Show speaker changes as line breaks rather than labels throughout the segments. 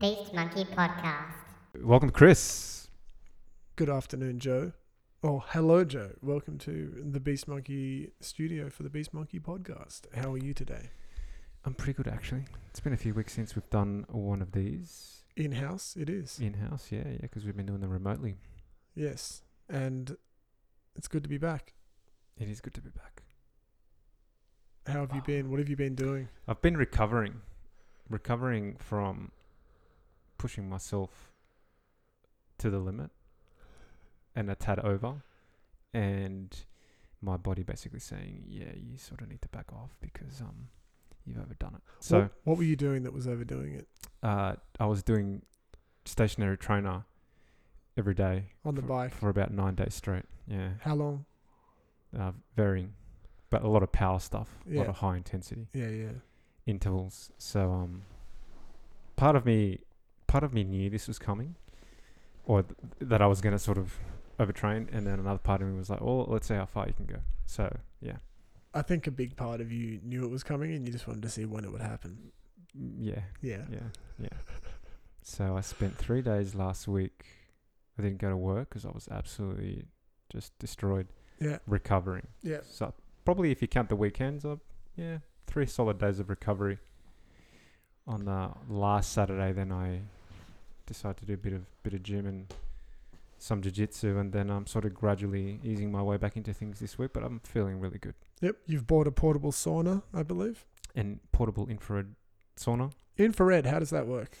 Tea Podcast.
Welcome, Chris.
Good afternoon, Joe. Oh, hello, Joe. Welcome to the Beast Monkey studio for the Beast Monkey podcast. How are you today?
I'm pretty good, actually. It's been a few weeks since we've done one of these
In house, it is.
in house. Yeah, yeah, because we've been doing them remotely.
Yes. And it's good to be back.
It is good to be back.
How have you been? What have you been doing?
I've been recovering, recovering from pushing myself to the limit and a tad over, and my body basically saying, "Yeah, you sort of need to back off because um, you've overdone it." So.
what, what were you doing that was overdoing it?
uh, I was doing stationary trainer every day
On the
for,
bike.
for about nine days straight. Yeah,
How long?
uh, varying, but a lot of power stuff, a lot
Yeah.
of high intensity
Yeah, yeah.
intervals. So um, part of me, part of me knew this was coming, or th- that I was going to sort of overtrain, and then another part of me was like, "Well, let's see how far you can go." So yeah,
I think a big part of you knew it was coming and you just wanted to see when it would happen.
Mm, yeah,
Yeah.
yeah, yeah. So I spent three days last week. I didn't go to work because I was absolutely just destroyed.
Yeah.
Recovering.
Yeah.
So probably if you count the weekends, uh, yeah, three solid days of recovery. On the last Saturday, then I decided to do a bit of bit of gym and some jiu-jitsu and then I'm sort of gradually easing my way back into things this week but I'm feeling really good
Yep. You've bought a portable sauna, I believe.
and portable infrared sauna
Infrared, how does that work?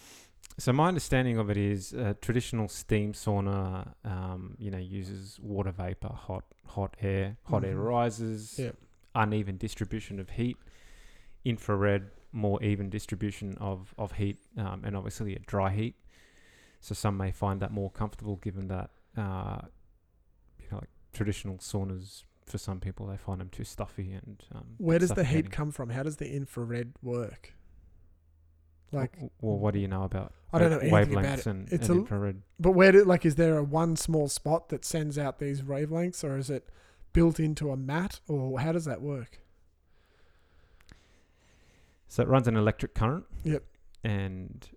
So my understanding of it is uh, traditional steam sauna, um, you know, uses water vapor, hot hot air, hot air
Mhm.
rises,
Yep.
uneven distribution of heat, infrared, more even distribution of of heat, um, and obviously a dry heat. So some may find that more comfortable, given that uh, you know, like traditional saunas for some people they find them too stuffy and um,
Where does the heat
suffocating.
come from? How does the infrared work?
W-
Like,
w- well, what do you know about?
I don't
wa-
know anything about
wavelengths
it.
and,
It's
and
a-
infrared.
But where do like is there a one small spot that sends out these wavelengths, or is it built into a mat, or how does that work?
So it runs an electric current.
Yep.
And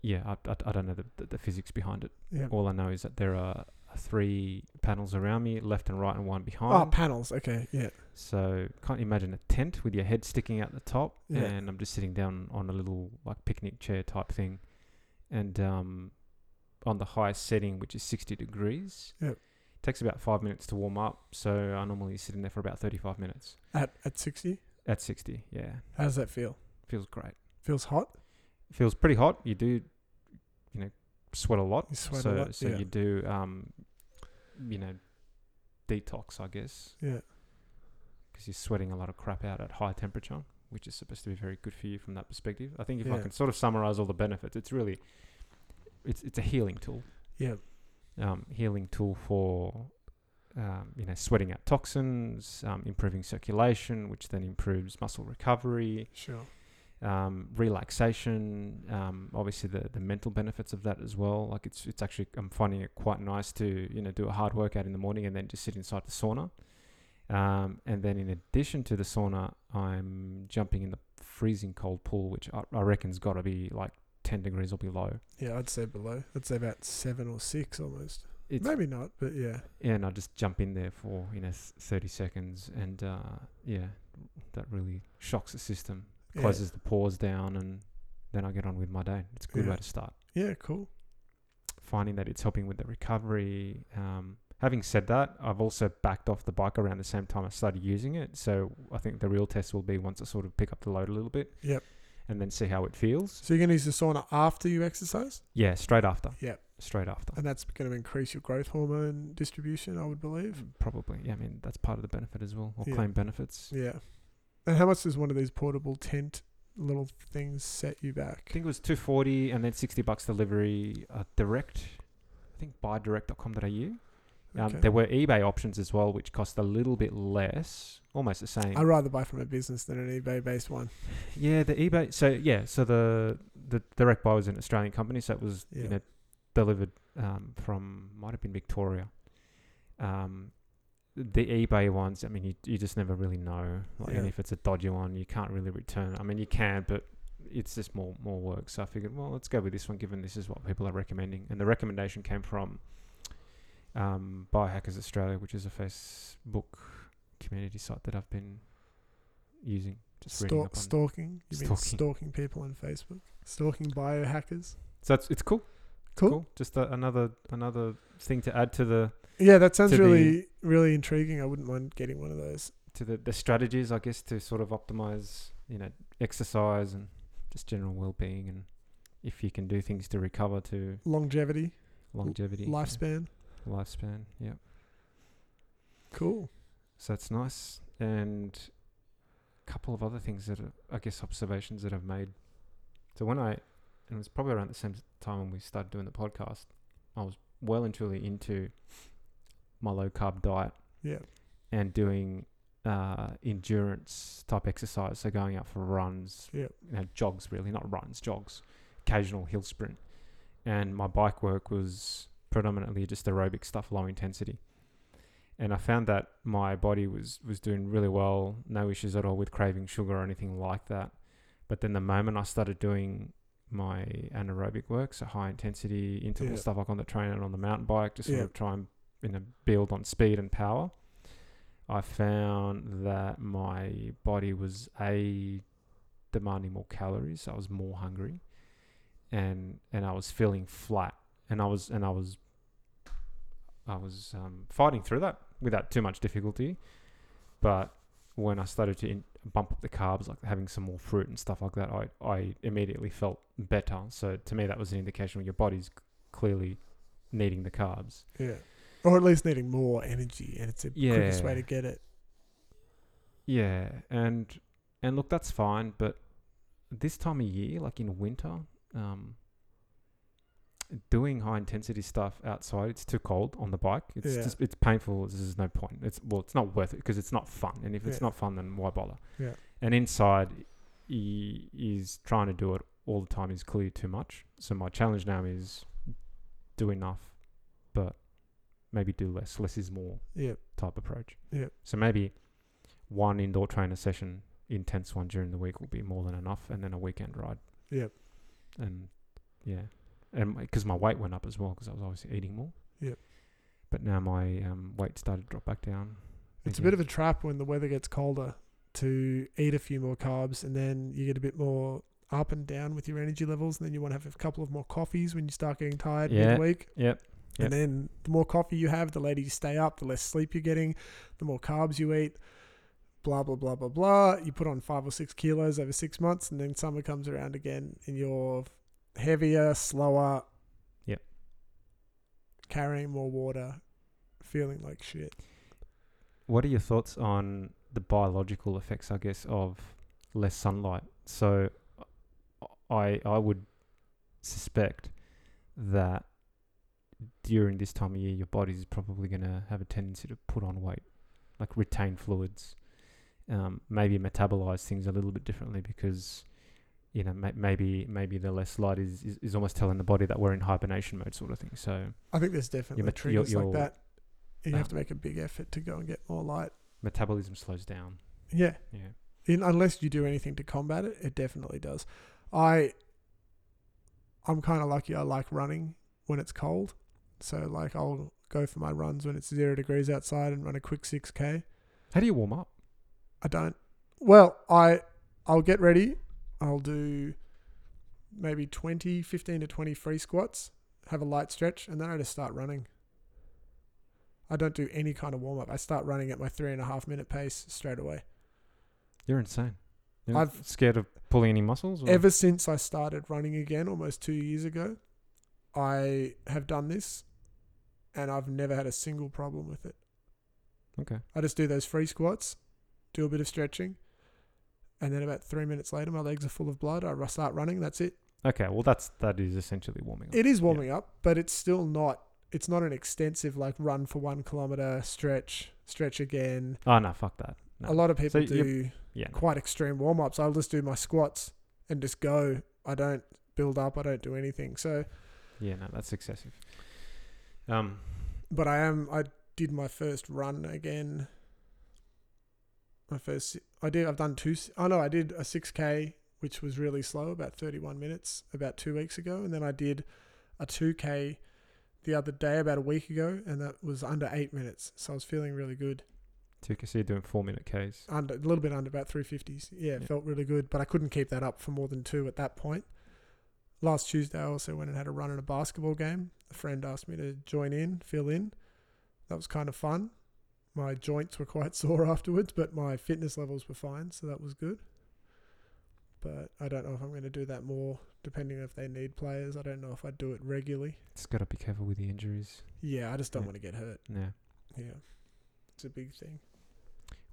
yeah, I, I, I don't know the, the, the physics behind it.
Yeah.
All I know is that there are three panels around me, left and right, and one
Oh,
behind.
panels. Okay. Yeah.
so can't you imagine a tent with your head sticking out the top,
Yeah.
and I'm just sitting down on a little like picnic chair type thing, and um, on the highest setting, which is 60 degrees.
Yep.
Takes about five minutes to warm up, so I normally sit in there for about 35 minutes
At at sixty,
at 60. Yeah,
how does that feel?
feels great.
Feels hot.
feels pretty hot. You do, you know, sweat a lot.
You sweat a
so
lot,
so
yeah.
you do, um, you know, detox, I guess,
Yeah.
because you're sweating a lot of crap out at high temperature, which is supposed to be very good for you from that perspective. I think if I
Yeah.
can sort of summarize all the benefits, it's really, it's it's a healing tool,
Yeah.
um, healing tool for. Um, you know, sweating out toxins, um, improving circulation, which then improves muscle recovery,
Sure.
um, relaxation. Um, obviously, the, the mental benefits of that as well. Like it's it's actually I'm finding it quite nice to you know do a hard workout in the morning and then just sit inside the sauna. Um, and then in addition to the sauna, I'm jumping in the freezing cold pool, which I, I reckon's got to be like 10 degrees or below.
Yeah, I'd say below. I'd say about seven or six almost.
It's
Maybe not, but yeah.
and I just jump in there for you know s- 30 seconds, and uh, yeah, that really shocks the system,
Yeah.
closes the pores down, and then I get on with my day. It's a good
Yeah.
way to start.
Yeah. Cool.
finding that it's helping with the recovery. Um, having said that, I've also backed off the bike around the same time I started using it. So I think the real test will be once I sort of pick up the load a little bit.
Yep.
And then see how it feels.
So you're gonna use the sauna after you exercise.
Yeah, straight after.
Yep.
Straight after.
And that's going to increase your growth hormone distribution, I would believe.
Mm, Probably. Yeah, I mean, that's part of the benefit as well, or
Yeah.
claim benefits.
Yeah. And how much does one of these portable tent little things set you back?
I think it was 240 and then 60 bucks delivery uh, direct. I think buydirect.com.au. Um,
Okay.
There were eBay options as well, which cost a little bit less, almost the same.
I'd rather buy from a business than an eBay based one.
Yeah, the eBay. So yeah, so the the direct buy was an Australian company, so it was you
Yeah.
know delivered um, from might have been Victoria. Um, the eBay ones, I mean, you you just never really know. Like, and
Yeah.
if it's a dodgy one, you can't really return. it. I mean, you can, but it's just more more work. So I figured, well, let's go with this one, given this is what people are recommending. And the recommendation came from um, Biohackers Australia, which is a Facebook community site that I've been using. Just reading
Stalk,
up on.
stalking. You mean
Stalking.
stalking people on Facebook? Stalking biohackers?
So it's, it's cool.
Cool.
Just a, another another thing to add to the
Yeah, that sounds
To the-
really, really intriguing. I wouldn't mind getting one of those.
to the, the strategies, I guess, to sort of optimize, you know, exercise and just general well being, and if you can do things to recover to
Longevity,
longevity, yeah,
lifespan.
lifespan. Yeah,
Cool.
so that's nice, and a couple of other things that are, I guess observations that I've made. So when I, and it was probably around the same time when we started doing the podcast, I was well and truly into my low carb diet.
Yeah.
and doing uh, endurance type exercise. So going out for runs,
Yep.
you know, jogs really, not runs, jogs, occasional hill sprint. And my bike work was predominantly just aerobic stuff, low intensity. And I found that my body was was doing really well, no issues at all with craving sugar or anything like that. But then the moment I started doing my anaerobic work, so high intensity interval
Yeah.
stuff like on the train and on the mountain bike, just sort
Yeah.
of try and you know, build on speed and power. I found that my body was a demanding more calories. I was more hungry, and and I was feeling flat, and I was and I was I was um, fighting through that without too much difficulty. But when I started to in- bump up the carbs, like having some more fruit and stuff like that, I I immediately felt better. So to me, that was an indication your body's c- clearly needing the carbs.
Yeah. Or at least needing more energy, and it's the quickest way
Yeah.
to get it.
Yeah, and and look, that's fine, but this time of year, like in winter, um, doing high intensity stuff outside, it's too cold on the bike. It's
Yeah.
just it's painful. There's no point. It's well, it's not worth it because it's not fun. And if it's
Yeah.
not fun, then why bother?
Yeah.
And inside, he is trying to do it all the time is clearly too much. So my challenge now is do enough, but maybe do less. Less is more
Yeah.
type approach.
Yep.
So maybe one indoor trainer session, intense one during the week will be more than enough, and then a weekend ride.
Yep.
And yeah, and because my weight went up as well because I was obviously eating more.
Yep.
But now my um, weight started to drop back down.
It's a bit of a trap when the weather gets colder to eat a few more carbs and then you get a bit more up and down with your energy levels and then you want to have a couple of more coffees when you start getting tired
Yeah.
midweek.
Yep. Yep.
And then the more coffee you have, the later you stay up, the less sleep you're getting, the more carbs you eat, blah, blah, blah, blah, blah. You put on five or six kilos over six months and then summer comes around again and you're heavier, slower.
Yep.
Carrying more water, feeling like shit.
What are your thoughts on the biological effects, I guess, of less sunlight? So, I I would suspect that during this time of year, your body's probably going to have a tendency to put on weight, like retain fluids, um, maybe metabolize things a little bit differently because. You know, may- maybe maybe the less light is, is, is almost telling the body that we're in hibernation mode, sort of thing. So,
I think there's definitely
mat- your-
triggers like
your-
that. You have
um,
to make a big effort to go and get more light.
metabolism slows down.
Yeah,
Yeah.
in, unless you do anything to combat it, it definitely does. I, I'm kind of lucky. I like running when it's cold, so like I'll go for my runs when it's zero degrees outside and run a quick six k.
How do you warm up?
I don't. Well, I I'll get ready. I'll do maybe 20, 15 to 20 free squats, have a light stretch, and then I just start running. I don't do any kind of warm up. I start running at my three and a half minute pace straight away.
You're insane. You're
I've-
scared of pulling any muscles. Or?
Ever since I started running again almost two years ago, I have done this and I've never had a single problem with it.
Okay.
I just do those free squats, do a bit of stretching, and then about three minutes later, my legs are full of blood. I ru- start running. That's it.
Okay. Well, that's that is essentially warming up.
It is warming up, but it's still not. It's not an extensive like run for one kilometer, stretch, stretch again.
oh no, fuck that. No.
A lot of people
So you-
do
Yeah.
quite extreme warm ups. I'll just do my squats and just go. I don't build up. I don't do anything. So,
Yeah. No, that's excessive. Um.
but I am. I did my first run again. My first. si- I did. I've done two. s- Oh no, I did a six k which was really slow, about 31 minutes, about two weeks ago. And then I did a 2K the other day, about a week ago, and that was under eight minutes. So I was feeling really good.
So you can see you're doing four minute Ks.
Under a little bit under about 350s. Yeah, it
Yeah.
felt really good, but I couldn't keep that up for more than two at that point. Last Tuesday, I also went and had a run in a basketball game. A friend asked me to join in, fill in. That was kind of fun. My joints were quite sore afterwards, but my fitness levels were fine, so that was good. But I don't know if I'm going to do that more, depending if they need players. I don't know if I do it regularly.
Just got to be careful with the injuries.
Yeah, I just don't
Yeah.
want to get hurt.
Yeah.
Yeah, it's a big thing.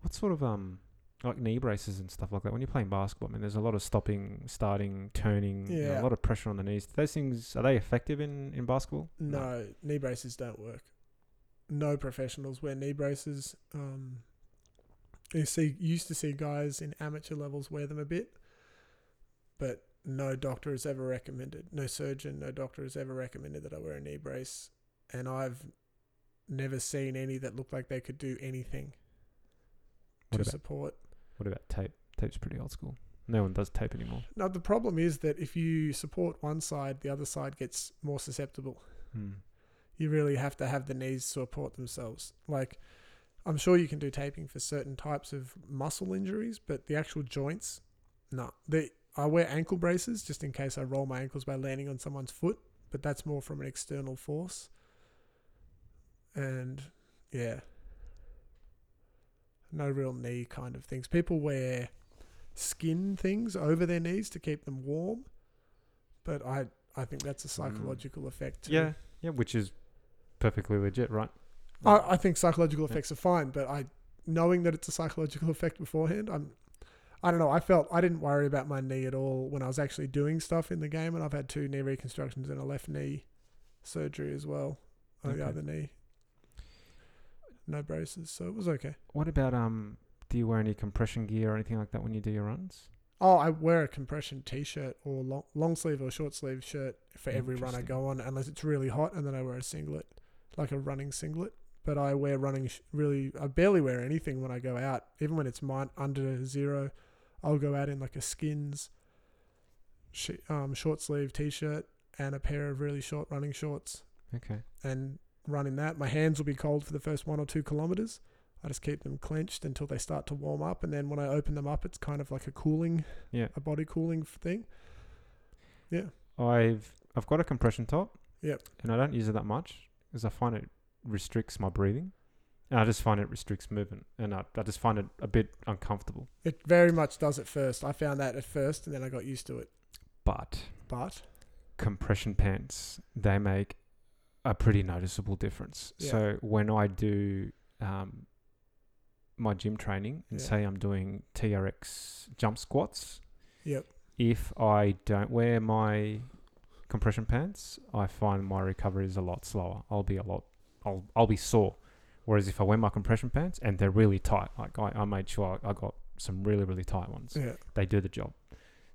What sort of um like knee braces and stuff like that when you're playing basketball? I mean, there's a lot of stopping, starting, turning. you know,
Yeah.
a lot of pressure on the knees. Those things are they effective in in basketball?
No, knee braces don't work. No professionals wear knee braces. Um, you see, used to see guys in amateur levels wear them a bit, but no doctor has ever recommended. No surgeon, no doctor has ever recommended that I wear a knee brace, and I've never seen any that looked like they could do anything
What
to
about-
support
What about tape? Tape's pretty old school. No one does tape anymore.
No, the problem is that if you support one side, the other side gets more susceptible.
Mm.
You really have to have the knees support themselves. Like, I'm sure you can do taping for certain types of muscle injuries, but the actual joints, no. They, I wear ankle braces just in case I roll my ankles by landing on someone's foot, but that's more from an external force. And yeah, no real knee kind of things. People wear skin things over their knees to keep them warm, but I I think that's a psychological effect. Too.
Yeah, yeah, which is perfectly legit, right?
I, I think psychological
Yeah.
effects are fine, but I knowing that it's a psychological effect beforehand, I'm I don't know. I felt I didn't worry about my knee at all when I was actually doing stuff in the game, and I've had two knee reconstructions and a left knee surgery as well on the
Okay.
other knee. No braces, so it was okay.
What about um? Do you wear any compression gear or anything like that when you do your runs?
Oh, I wear a compression T-shirt or long, long sleeve or short sleeve shirt for every run I
Interesting.
go on, unless it's really hot, and then I wear a singlet, like a running singlet. But I wear running sh- really. I barely wear anything when I go out, even when it's mine under zero. I'll go out in like a skins, sh- um, short sleeve T-shirt and a pair of really short running shorts,
Okay.
and run in that. My hands will be cold for the first one or two kilometers. I just keep them clenched until they start to warm up, and then when I open them up, it's kind of like a cooling
Yeah.
a body cooling f- thing.
I've I've got a compression top.
Yep.
And I don't use it that much because I find it restricts my breathing, and I just find it restricts movement, and I, I just find it a bit uncomfortable.
It very much does at first. I found that at first, and then I got used to it.
But
But
compression pants they make a pretty noticeable difference.
Yeah.
So when I do um, my gym training and
Yeah.
say I'm doing TRX jump squats,
Yep.
If I don't wear my compression pants, I find my recovery is a lot slower. I'll be a lot, I'll I'll be sore. Whereas if I wear my compression pants and they're really tight, like I, I made sure I, I got some really really tight ones
yeah,
they do the job.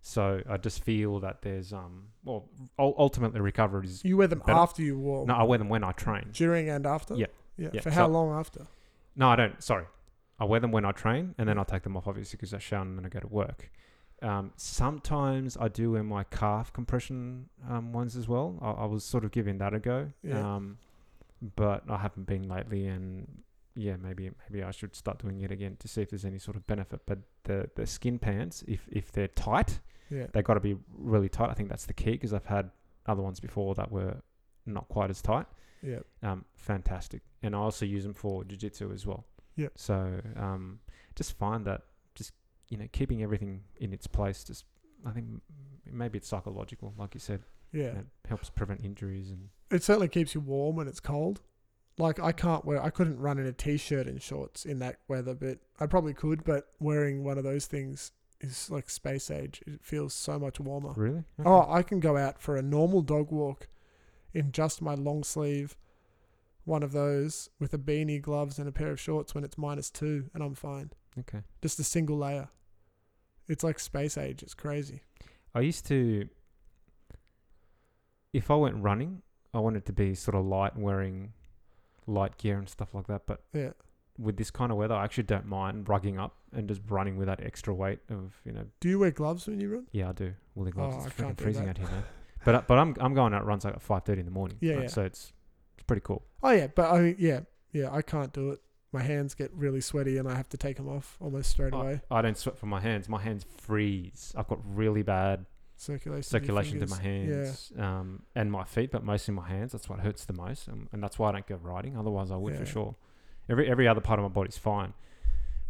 So I just feel that there's um well ul- ultimately recovery is
you wear them
Better?
after you walk,
no I wear them when I train.
during and after.
Yeah.
yeah.
Yeah.
For how
So-
long after?
No, I don't. Sorry, I wear them when I train, and then I take them off obviously because I shower and then I go to work. Um, sometimes I do wear my calf compression um, ones as well. I, I was sort of giving that a go,
Yeah.
um, but I haven't been lately, and yeah, maybe maybe I should start doing it again to see if there's any sort of benefit. But the the skin pants, if if they're tight,
Yeah,
they got to be really tight. I think that's the key because I've had other ones before that were not quite as tight.
yeah.
Um, fantastic, and I also use them for jiu-jitsu as well.
Yep.
So um, just find that just you know keeping everything in its place. Just I think m- maybe it's psychological, like you said.
Yeah,
and It helps prevent injuries and
it certainly keeps you warm when it's cold. Like I can't wear, I couldn't run in a t-shirt and shorts in that weather, but I probably could. But wearing one of those things is like space age. It feels so much warmer.
really. Okay.
Oh, I can go out for a normal dog walk in just my long sleeve, one of those with a beanie, gloves, and a pair of shorts when it's minus two, and I'm fine.
Okay.
Just a single layer. It's like space age. It's crazy.
I used to, if I went running, I wanted to be sort of light, wearing light gear and stuff like that. But
Yeah.
with this kind of weather, I actually don't mind rugging up and just running with that extra weight of you know
Do you wear gloves when you run?
yeah I do woolly gloves.
Oh, I
it's
can't
freaking
do
freezing
that.
out here, man. But I- but I'm I'm going out runs like at five thirty in the morning.
Yeah,
right?
yeah.
So it's it's pretty cool.
Oh yeah, but I mean, yeah, yeah, I can't do it. My hands get really sweaty, and I have to take them off almost straight
Oh.
away.
I don't sweat from my hands. My hands freeze. I've got really bad
Circulation,
circulation
to,
to
your
my
fingers.
hands um, and my feet, but mostly my hands. That's what hurts the most, um, and that's why I don't go riding. Otherwise, I would
Yeah.
for sure. Every every other part of my body's fine,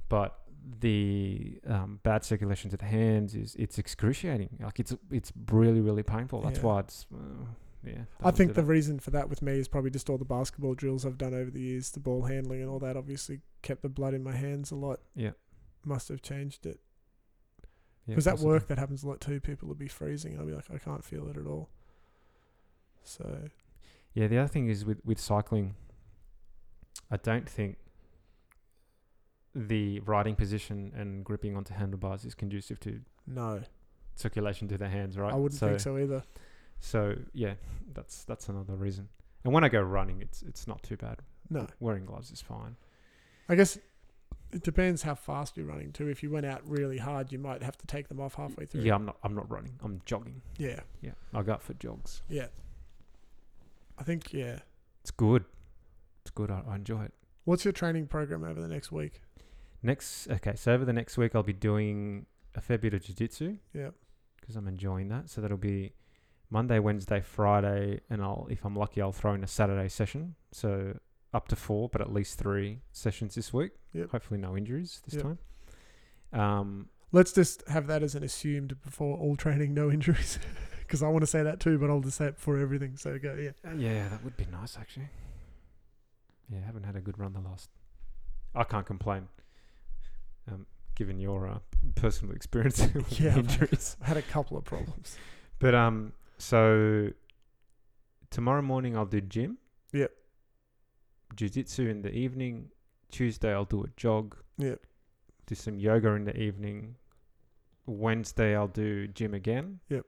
but the um, bad circulation to the hands is it's excruciating. Like it's it's really really painful. That's
Yeah.
why it's uh, yeah.
I
don't
think
do
the
that.
reason for that with me is probably just all the basketball drills I've done over the years, the ball handling and all that. Obviously, kept the blood in my hands a lot.
Yeah.
must have changed it
Yeah,
because at
possibly.
work that happens a lot too. People will be freezing, and I'll be like, I can't feel it at all. So
Yeah, the other thing is with, with cycling, I don't think the riding position and gripping onto handlebars is conducive to
no,
circulation to the hands, right?
I wouldn't think so either.
So yeah, that's that's another reason. And when I go running, it's it's not too bad.
No,
Wearing gloves is fine.
I guess it depends how fast you're running too. If you went out really hard, you might have to take them off halfway through.
Yeah, I'm not I'm not running. I'm jogging.
yeah,
Yeah, I go out for jogs.
yeah. I think yeah.
It's good. It's good. I, I enjoy it.
What's your training program over the next week?
Next, okay. So over the next week, I'll be doing a fair bit of jiu-jitsu.
Yep.
Because I'm enjoying that. So that'll be Monday, Wednesday, Friday, and I'll if I'm lucky, I'll throw in a Saturday session. So up to four, but at least three sessions this week.
Yep.
Hopefully, no injuries this
Yep.
time. Um,
Let's just have that as an assumed before all training, no injuries. Because I want to say that too, but I'll just say it before everything. So go, yeah.
Uh, Yeah, that would be nice actually. Yeah, I haven't had a good run the last. I can't complain. Um, given your uh, personal experience with
Yeah, I've-
injuries,
I had a couple of problems.
but um, so tomorrow morning I'll do gym.
Yep.
Jiu-jitsu in the evening. Tuesday I'll do a jog.
Yep.
Do some yoga in the evening. Wednesday I'll do gym again.
Yep.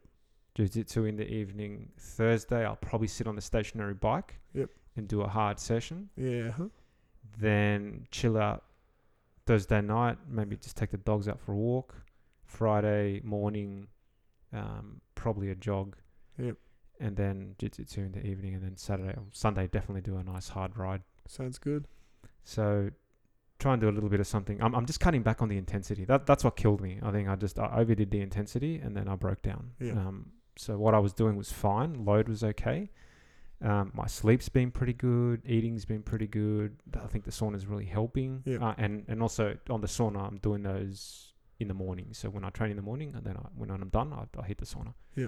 Jiu-jitsu in the evening. Thursday I'll probably sit on the stationary bike.
Yep.
And do a hard session.
Yeah. huh?
Then chill out Thursday night. Maybe just take the dogs out for a walk. Friday morning, um, probably a jog.
Yep.
And then jiu-jitsu in the evening, and then Saturday, or Sunday definitely do a nice hard ride.
Sounds good.
So try and do a little bit of something. I'm, I'm just cutting back on the intensity. That that's what killed me. I think I just I overdid the intensity and then I broke down.
Yeah.
Um, so what I was doing was fine. Load was okay. Um, my sleep's been pretty good. Eating's been pretty good. I think the sauna's really helping.
Yeah.
Uh, and and also on the sauna, I'm doing those in the morning. So when I train in the morning, and then I, when I'm done, I, I hit the sauna.
Yeah.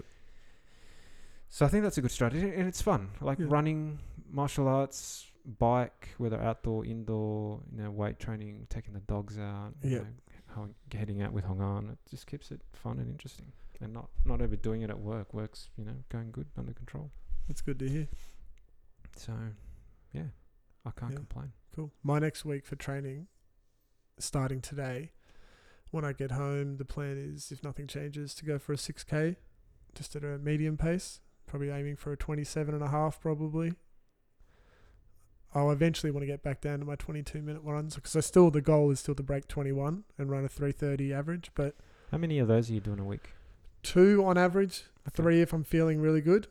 So I think that's a good strategy, and it's fun. Like
Yeah.
running, martial arts, bike, whether outdoor, indoor, you know, weight training, taking the dogs out,
Yeah.
you know, hung- heading out with Hong An. It just keeps it fun and interesting, and not not overdoing it at work. Work's you know going good under control.
That's good to hear.
So, yeah, I can't
Yeah.
complain.
Cool. My next week for training, starting today, when I get home, the plan is, if nothing changes, to go for a 6K, just at a medium pace, probably aiming for a 27 and a half, probably. I'll eventually want to get back down to my 22 minute runs because I still, the goal is still to break 21 and run a 330 average, but
How many of those are you doing a week?
two on average, three if I'm feeling really good.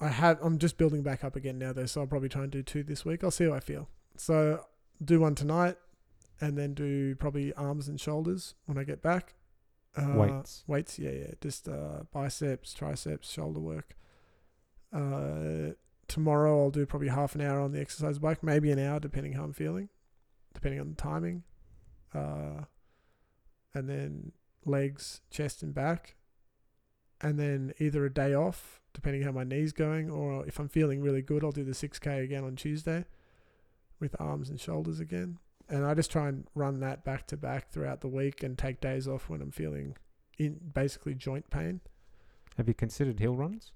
I have I'm just building back up again now though, so I'll probably try and do two this week. I'll see how I feel. So do one tonight, and then do probably arms and shoulders when I get back. Uh,
Weights.
weights, yeah, yeah, just uh, biceps, triceps, shoulder work. Uh, tomorrow I'll do probably half an hour on the exercise bike, maybe an hour depending how I'm feeling, depending on the timing. Uh, and then legs, chest, and back. And then either a day off, depending how my knee's going, or if I'm feeling really good, I'll do the 6K again on Tuesday with arms and shoulders again. And I just try and run that back to back throughout the week and take days off when I'm feeling in basically joint pain.
Have you considered hill runs?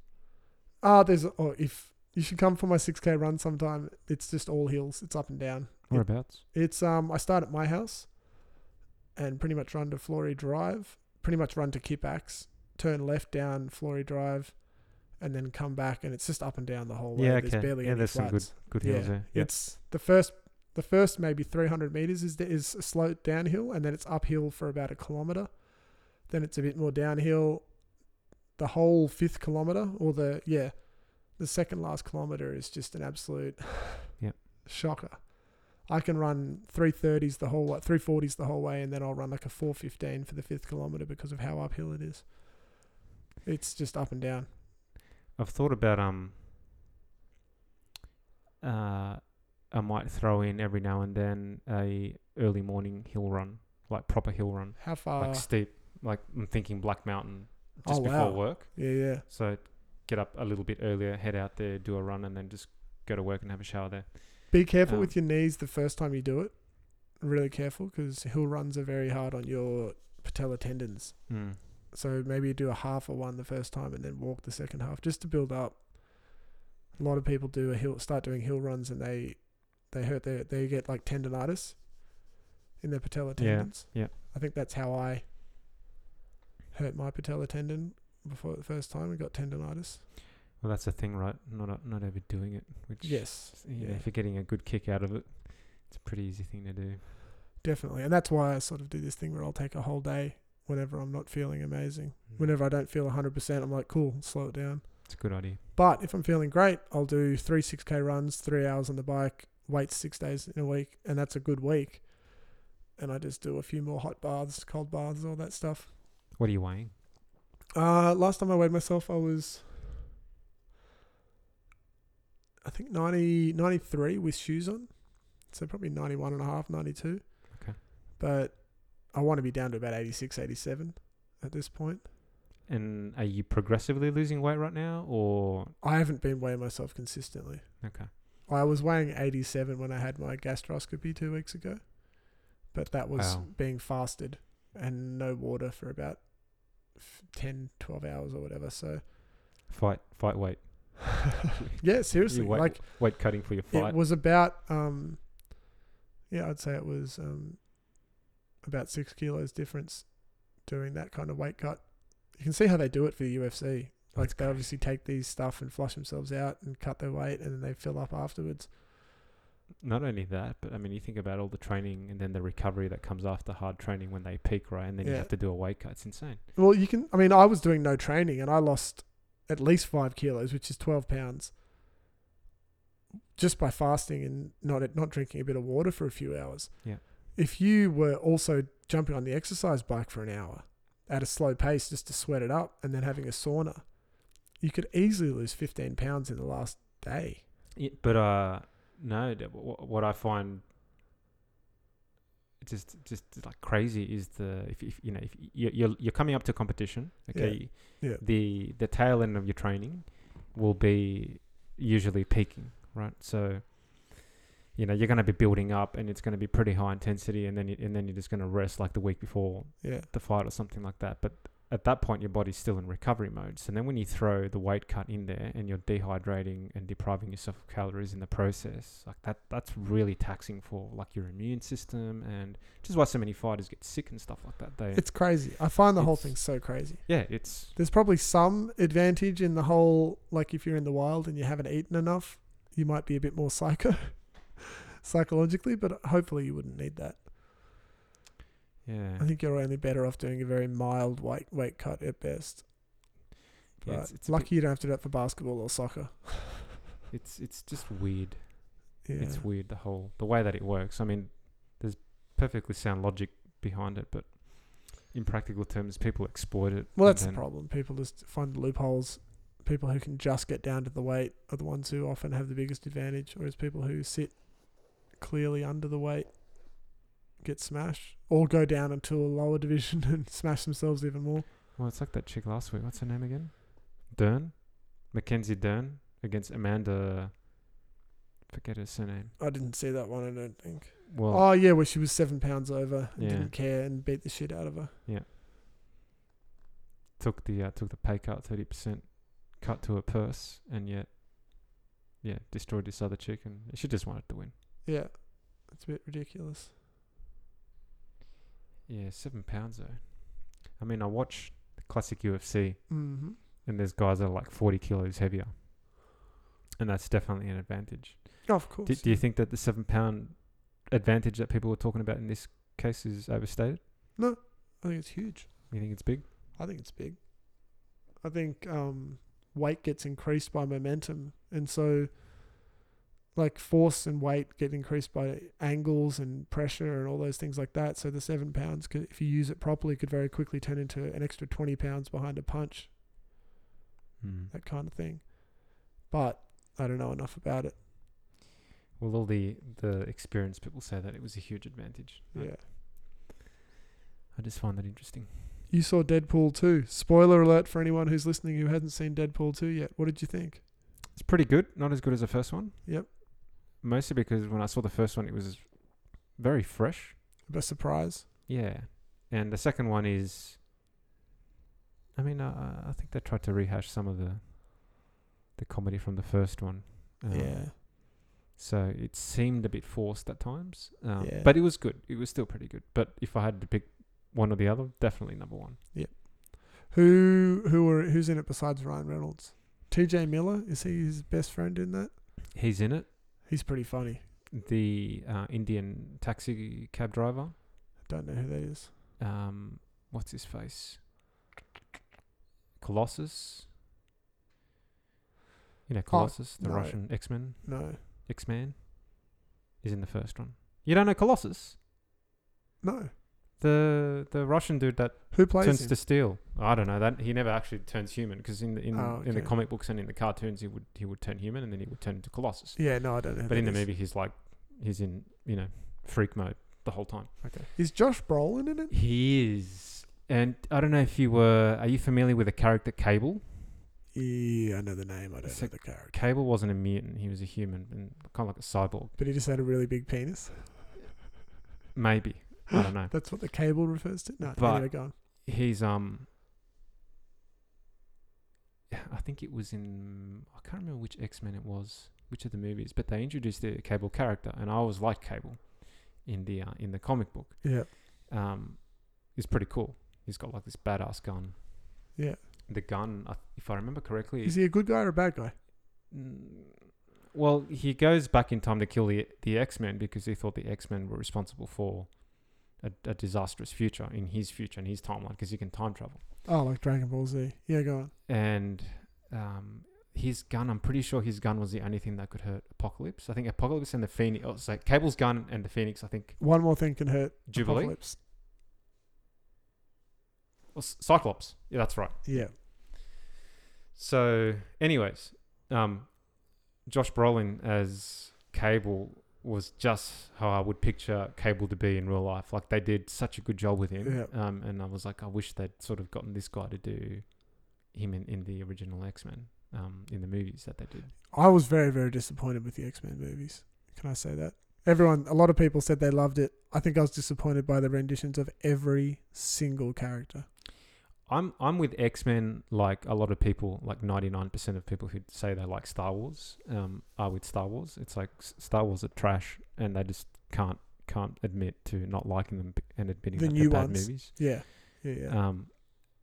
Ah, there's, oh, if you should come for my 6K run sometime, it's just all hills, it's up and down.
Whereabouts?
It's um I start at my house and pretty much run to Flory Drive, pretty much run to Kipax, turn left down Flory Drive, and then come back and it's just up and down the whole way.
Yeah,
There's
okay.
barely
Yeah,
any
there's some
flats.
Good hills
yeah.
there. Yeah.
It's the first The first maybe 300 meters is is a slow downhill, and then it's uphill for about a kilometer. Then it's a bit more downhill. The whole fifth kilometer, or the yeah, the second last kilometer is just an absolute
Yep.
shocker. I can run 330s the whole way, 340s the whole way, and then I'll run like a 415 for the fifth kilometer because of how uphill it is. It's just up and down.
I've thought about um. Uh, I might throw in every now and then a early morning hill run, like proper hill run,
How far?
like steep. Like I'm thinking Black Mountain just
Uh. Oh,
before
wow.
work.
yeah, yeah.
So get up a little bit earlier, head out there, do a run, and then just go to work and have a shower there.
Be careful
Um,
with your knees the first time you do it. Really careful because hill runs are very hard on your patella tendons.
Mm.
So maybe do a half or one the first time and then walk the second half just to build up. A lot of people do a hill start doing hill runs and they they hurt their they get like tendonitis in their patella
Yeah,
tendons.
yeah.
I think that's how I hurt my patella tendon before the first time and got tendonitis.
Well, that's the thing, right? Not uh, not overdoing it, which
Yes.
you know,
yeah.
if you're getting a good kick out of it, it's a pretty easy thing to do.
Definitely. And that's why I sort of do this thing where I'll take a whole day whenever I'm not feeling amazing.
Mm.
Whenever I don't feel 100%, I'm like, cool, slow it down.
it's a good idea.
But if I'm feeling great, I'll do three 6K runs, three hours on the bike, wait six days in a week, and that's a good week. And I just do a few more hot baths, cold baths, all that stuff.
What are you weighing?
Uh, last time I weighed myself, I was, I think, 90, 93 with shoes on. So probably 91 and a half, 92.
Okay.
But I want to be down to about 86, 87 at this point.
And are you progressively losing weight right now, or
I haven't been weighing myself consistently.
Okay.
I was weighing 87 when I had my gastroscopy two weeks ago, but that was
Wow.
being fasted and no water for about f- 10, 12 hours or whatever. So,
fight fight weight?
yeah, seriously.
weight,
Like,
weight cutting for your
it
fight.
was about, um, yeah, I'd say it was um, about six kilos difference doing that kind of weight cut. You can see how they do it for the UFC. Like,
That's
they obviously take these stuff and flush themselves out and cut their weight and then they fill up afterwards.
Not only that, but I mean, you think about all the training and then the recovery that comes after hard training when they peak, right? And then you
Yeah.
have to do a weight cut. It's insane.
Well, you can. I mean, I was doing no training, and I lost at least five kilos, which is twelve pounds, just by fasting and not not drinking a bit of water for a few hours.
Yeah.
If you were also jumping on the exercise bike for an hour at a slow pace just to sweat it up, and then having a sauna, you could easily lose fifteen pounds in the last day.
Yeah, but uh, no, d- wh- what I find just just like crazy is the if, if you know if y- you're you're- you're coming up to competition,
Yeah.
okay,
Yeah.
the the tail end of your training will be usually peaking, right? So you know you're going to be building up, and it's going to be pretty high intensity, and then you, and then you're just going to rest like the week before
Yeah.
the fight or something like that. But at that point, your body's still in recovery mode. So then when you throw the weight cut in there and you're dehydrating and depriving yourself of calories in the process, like that, that's really taxing for like your immune system and which is why so many fighters get sick and stuff like that. They,
It's crazy. I find the whole
It's-
thing so crazy.
yeah, it's
There's probably some advantage in the whole, like if you're in the wild and you haven't eaten enough, you might be a bit more psycho, psychologically, but hopefully you wouldn't need that.
yeah,
I think you're only better off doing a very mild weight, weight cut at best. But
yeah it's, it's a
uh, lucky you don't have to do that for basketball or soccer.
bit- it's it's just weird.
Yeah.
It's weird the whole the way that it works. I mean, there's perfectly sound logic behind it, but in practical terms, people exploit it.
well,
and
that's the
then-
problem. People just find loopholes. People who can just get down to the weight are the ones who often have the biggest advantage, whereas people who sit clearly under the weight get smashed or go down into a lower division and smash themselves even more.
Well, it's like that chick last week. What's her name again? Dern, Mackenzie Dern against Amanda. Forget her surname.
I didn't see that one, I don't think.
Well,
Oh, yeah, where she was seven pounds over and
Yeah.
didn't care and beat the shit out of her.
took the uh, took the pay cut, thirty percent cut to her purse, and yet, yeah, destroyed this other chick, and she just wanted to win.
Yeah, it's a bit ridiculous.
Yeah, seven pounds though. I mean, I watch the classic UFC,
Mm-hmm.
and there's guys that are like forty kilos heavier, and that's definitely an advantage.
Oh, Of course.
Do, do you think that the seven pound advantage that people were talking about in this case is overstated?
I think it's huge.
You think it's big?
I think it's big. I think um, weight gets increased by momentum, and so like force and weight get increased by angles and pressure and all those things like that. So the seven pounds, could, if you use it properly, could very quickly turn into an extra twenty pounds behind a punch,
Mm.
that kind of thing. But I don't know enough about it.
Well, all the the experienced people say that it was a huge advantage. I-
Yeah.
I just find that interesting.
You saw Deadpool 2. Spoiler alert for anyone who's listening who hasn't seen Deadpool 2 yet. What did you think?
It's pretty good. Not as good as the first one.
Yep.
Mostly because when I saw the first one, it was very fresh.
A surprise.
Yeah. And the second one is. I mean, uh, I think they tried to rehash some of the. The comedy from the first one. Um,
yeah.
So it seemed a bit forced at times. Um,
Yeah.
But it was good. It was still pretty good. But if I had to pick one or the other, definitely number one.
Who who are who's in it besides Ryan Reynolds? T.J. Miller is he his best friend in that?
He's in it.
He's pretty funny.
The uh, Indian taxi cab driver.
I don't know who that is.
um, what's his face? Colossus. You know, Colossus, the
no.
Russian X Men,
No,
X Man, is in the first one. You don't know Colossus,
no.
the the Russian dude that
Who plays
turns
him?
to steel. I don't know that he never actually turns human because in the in,
Oh,
in the
okay.
comic books and in the cartoons he would he would turn human and then he would turn into Colossus.
yeah, no, I don't know. who
But in
that
the
is.
movie he's like he's in you know freak mode the whole time.
okay, is Josh Brolin in it?
He is. And I don't know if you were. Are you familiar with the character Cable?
Yeah, I know the name. I don't
It's
know
like-
the character.
Cable wasn't a mutant. He was a human and kind of like a cyborg.
But he just had a really big penis.
Maybe. I don't know.
That's what the cable refers to. No,
But-
anyway, go on.
He's, um. I think it was in. I can't remember which X Men it was, which of the movies, but they introduced the Cable character, and I always liked Cable in the uh, in the comic book.
Yeah,
um, is pretty cool. He's got like this badass gun.
Yeah.
The gun, I- if I remember correctly,
is he a good guy or a bad guy?
Mm, Well, he goes back in time to kill the the X Men because he thought the X Men were responsible for a, a disastrous future in his future in his timeline because he can time travel.
Oh, like Dragon Ball Z. Yeah, go on.
And um, his gun, I'm pretty sure his gun was the only thing that could hurt Apocalypse. I think Apocalypse and the Phoenix. Oh, so Cable's gun and the Phoenix. I think
One more thing can hurt.
Jubilee or
Apocalypse.
S- Cyclops. Yeah, that's right.
Yeah.
So, anyways, um, Josh Brolin as Cable was just how I would picture Cable to be in real life. Like they did such a good job with him, um, and I was like, I wish they'd sort of gotten this guy to do him in, in the original X Men, um, in the movies that they did.
I was very, very disappointed with the X Men movies. Can I say that? Everyone, a lot of people said they loved it. I think I was disappointed by the renditions of every single character.
I'm I'm with X Men like a lot of people, like 99% of people who say they like Star Wars um, are with Star Wars. It's like S- Star Wars are trash, and they just can't can't admit to not liking them b- and admitting
The
that
new
they're bad
ones.
movies.
Yeah, yeah, yeah.
Um,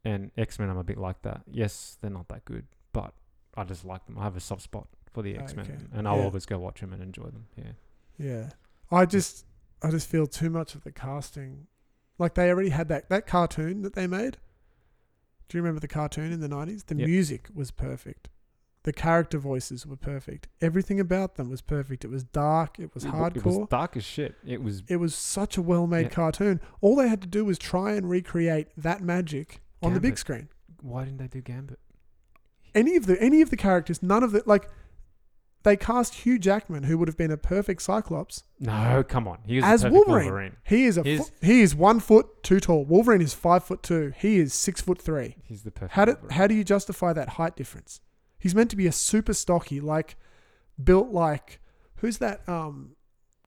and X Men, I'm a bit like that. Yes, they're not that good, but I just like them. I have a soft spot for the X Men,
Okay.
and I'll
Yeah.
always go watch them and enjoy them. Yeah,
Yeah. I just I just feel too much of the casting. Like they already had that that cartoon that they made. Do you remember the cartoon in the 90s? The
Yep.
music was perfect. The character voices were perfect. Everything about them was perfect. It was dark, it was
It
hardcore.
w- It was dark as shit. It was
It was such a well made
Yeah.
cartoon. All they had to do was try and recreate that magic on the big
Gambit.
screen.
why didn't they do Gambit?
Any of the any of the characters, none of the like they cast Hugh Jackman, who would have been a perfect Cyclops.
No, come on. He was
As
the perfect
Wolverine.
Wolverine.
He is a
He's-
fo- he is one foot too tall. Wolverine is five foot two. He is six foot three.
He's the perfect.
How do
Wolverine.
how do you justify that height difference? He's meant to be a super stocky, like built like who's that um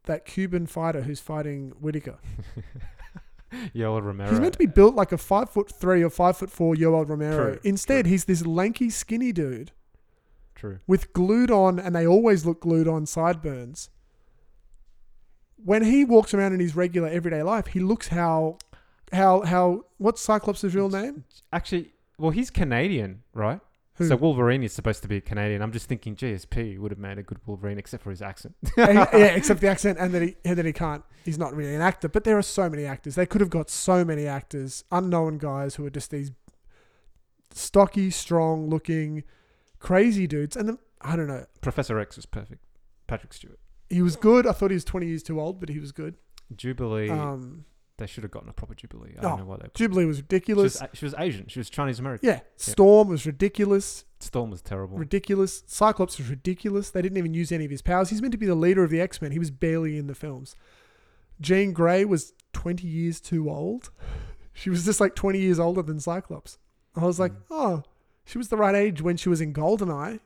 that Cuban fighter who's fighting Whitaker?
Yoel Romero.
He's meant to be built like a five foot three or five foot four Yoel Romero.
True,
Instead, he's this lanky, skinny dude
True.
with glued on, and they always look glued on sideburns. When he walks around in his regular everyday life, he looks how, how, how. What's Cyclops' real name?
Actually, well, he's Canadian, right?
Who?
So Wolverine is supposed to be Canadian. I'm just thinking GSP would have made a good Wolverine, except for his accent.
And- Eh, yeah, except the accent, and that he and that he can't. He's not really an actor. But there are so many actors. They could have got so many actors, unknown guys who are just these stocky, strong-looking, crazy dudes. And the, I don't know.
Professor X was perfect. Patrick Stewart,
He was good. I thought he was twenty years too old, but he was good.
Jubilee.
Um,
they should have gotten a proper Jubilee. I don't
Oh,
know why they.
Jubilee was
She
ridiculous.
was, she was Asian. She was Chinese American.
yeah, Storm was ridiculous.
Storm was terrible.
ridiculous. Cyclops was ridiculous. They didn't even use any of his powers. He's meant to be the leader of the X Men. He was barely in the films. Jean Grey was 20 years too old. She was just like 20 years older than Cyclops. I was like,
Mm.
oh, she was the right age when she was in Goldeneye.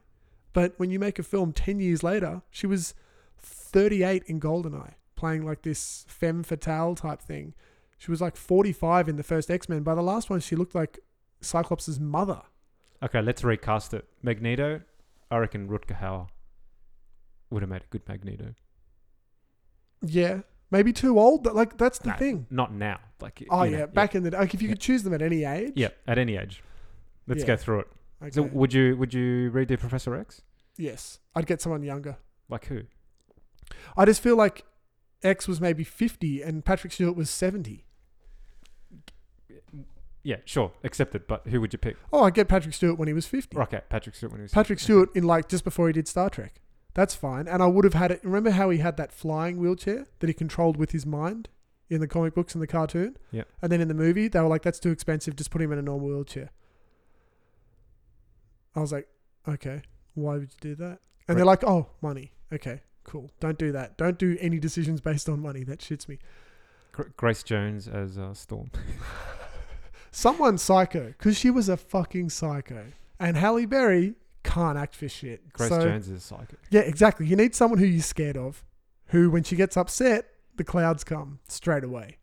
But when you make a film 10 years later, she was 38 in Goldeneye, playing like this femme fatale type thing. She was like 45 in the first X Men. By the last one, she looked like Cyclops' mother.
Okay, let's recast it. Magneto, I reckon Rutger Hauer would have made a good Magneto.
Yeah, maybe too old. But like that's the
No,
thing.
Not now. Like
Oh
you know,
yeah, back in the like if you could choose them at any age.
Yeah, at any age. Let's
Yeah.
go through it.
Okay.
So would you would you redo Professor X?
yes, I'd get someone younger.
Like who?
I just feel like X was maybe fifty and Patrick Stewart was seventy.
Yeah, sure, accepted. But who would you pick?
Oh, I'd get Patrick Stewart when he was fifty.
Okay, Patrick Stewart when he was
Patrick
okay.
Stewart in like just before he did Star Trek. That's fine. And I would have had it. Remember how he had that flying wheelchair that he controlled with his mind in the comic books and the cartoon?
Yep.
And then in the movie, they were like, that's too expensive. Just put him in a normal wheelchair. I was like, okay, why would you do that? And they're like, oh, money. Okay, cool. Don't do that. Don't do any decisions based on money. That shits me.
Gr- Grace Jones as uh, Storm.
Someone psycho, because she was a fucking psycho. And Halle Berry can't act for shit.
Grace
So-
Jones is a psychic.
Yeah, exactly. You need someone who you're scared of, who when she gets upset, the clouds come straight away.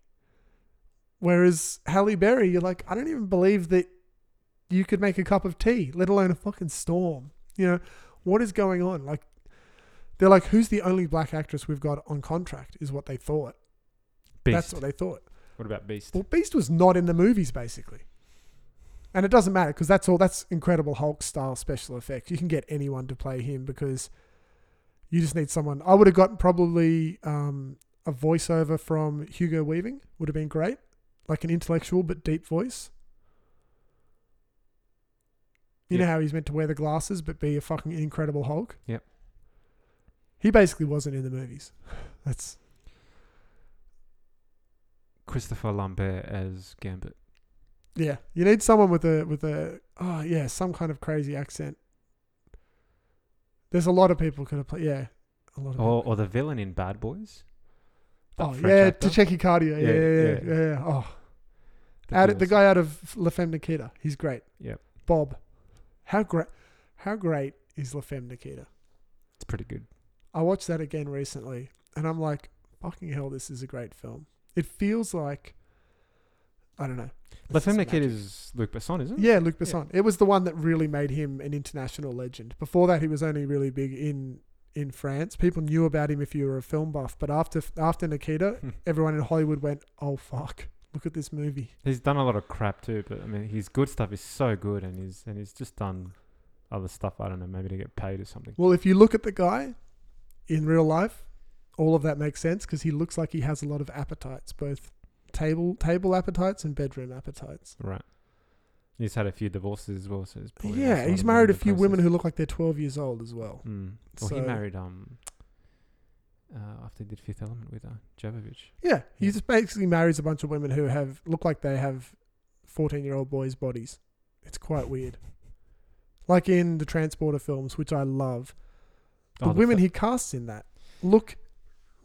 Whereas Halle Berry, you're like, I don't even believe that you could make a cup of tea, let alone a fucking storm. You know, what is going on? Like, they're like, who's the only black actress we've got on contract? Is what they thought.
Beast.
That's what Oh. they thought.
what about Beast?
Well, Beast was not in the movies basically, and it doesn't matter because that's all. That's Incredible Hulk style special effects. You can get anyone to play him because you just need someone. I would have gotten probably um, a voiceover from Hugo Weaving. Would have been great, like an intellectual but deep voice. You know
Yeah.
how he's meant to wear the glasses but be a fucking Incredible Hulk.
Yep.
He basically wasn't in the movies. That's
Christopher Lambert as Gambit.
Yeah, you need someone with a with a oh yeah some kind of crazy accent. There's a lot of people could have played. Yeah, a lot of.
Or,
people.
or the villain in Bad Boys. That
oh
Oh, French
yeah,
actor.
to check Cardia. Yeah,
Yeah,
yeah, yeah. yeah, Oh,
That'd
out
be
the
awesome.
guy out of La Femme Nikita, he's great.
Yep.
Bob, how great, how great is La Femme Nikita?
It's pretty good.
I watched that again recently, and I'm like, fucking hell, this is a great film. It feels like, I don't know.
La
This is
Femme Kid
magic.
is Luc Besson, isn't it?
Yeah, Luc Besson. It was the one that really made him an international legend. Before that, he was only really big in in France. People knew about him if you were a film buff. But after after Nikita,
Hmm.
everyone in Hollywood went, "Oh fuck, look at this movie."
He's done a lot of crap too, but I mean, his good stuff is so good, and he's and he's just done other stuff. I don't know, maybe to get paid or something.
Well, if you look at the guy in real life, all of that makes sense because he looks like he has a lot of appetites, both table table appetites and bedroom appetites.
Right. He's had a few divorces as well, so he's probably lost
yeah,
lot
he's
of
married
money
a
in the
few women
process.
who look like they're 12 years old as well.
Mm. Well, he
So-
married um. Uh, after he did Fifth Element with uh, Jovovich.
Yeah, he
Yeah.
just basically marries a bunch of women who have look like they have fourteen-year-old boys' bodies. It's quite weird. Like in the transporter films, which I love, the
Oh,
women
fir-
he casts in that look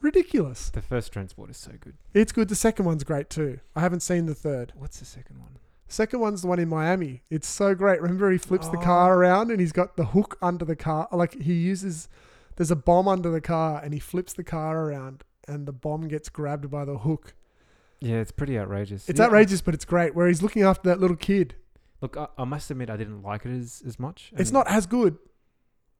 ridiculous.
the first transport is so good.
It's good. The second one's great too. I haven't seen the third.
What's the second one?
Second one's the one in Miami. It's so great. Remember, he flips the
Oh.
car around and he's got the hook under the car. Like he uses, there's a bomb under the car and he flips the car around and the bomb gets grabbed by the hook
Yeah, it's pretty outrageous.
It's
Yeah, I-
outrageous, but it's great. Where he's looking after that little kid.
Look, I, I must admit, I didn't like it as as much.
It's
and-
not as good.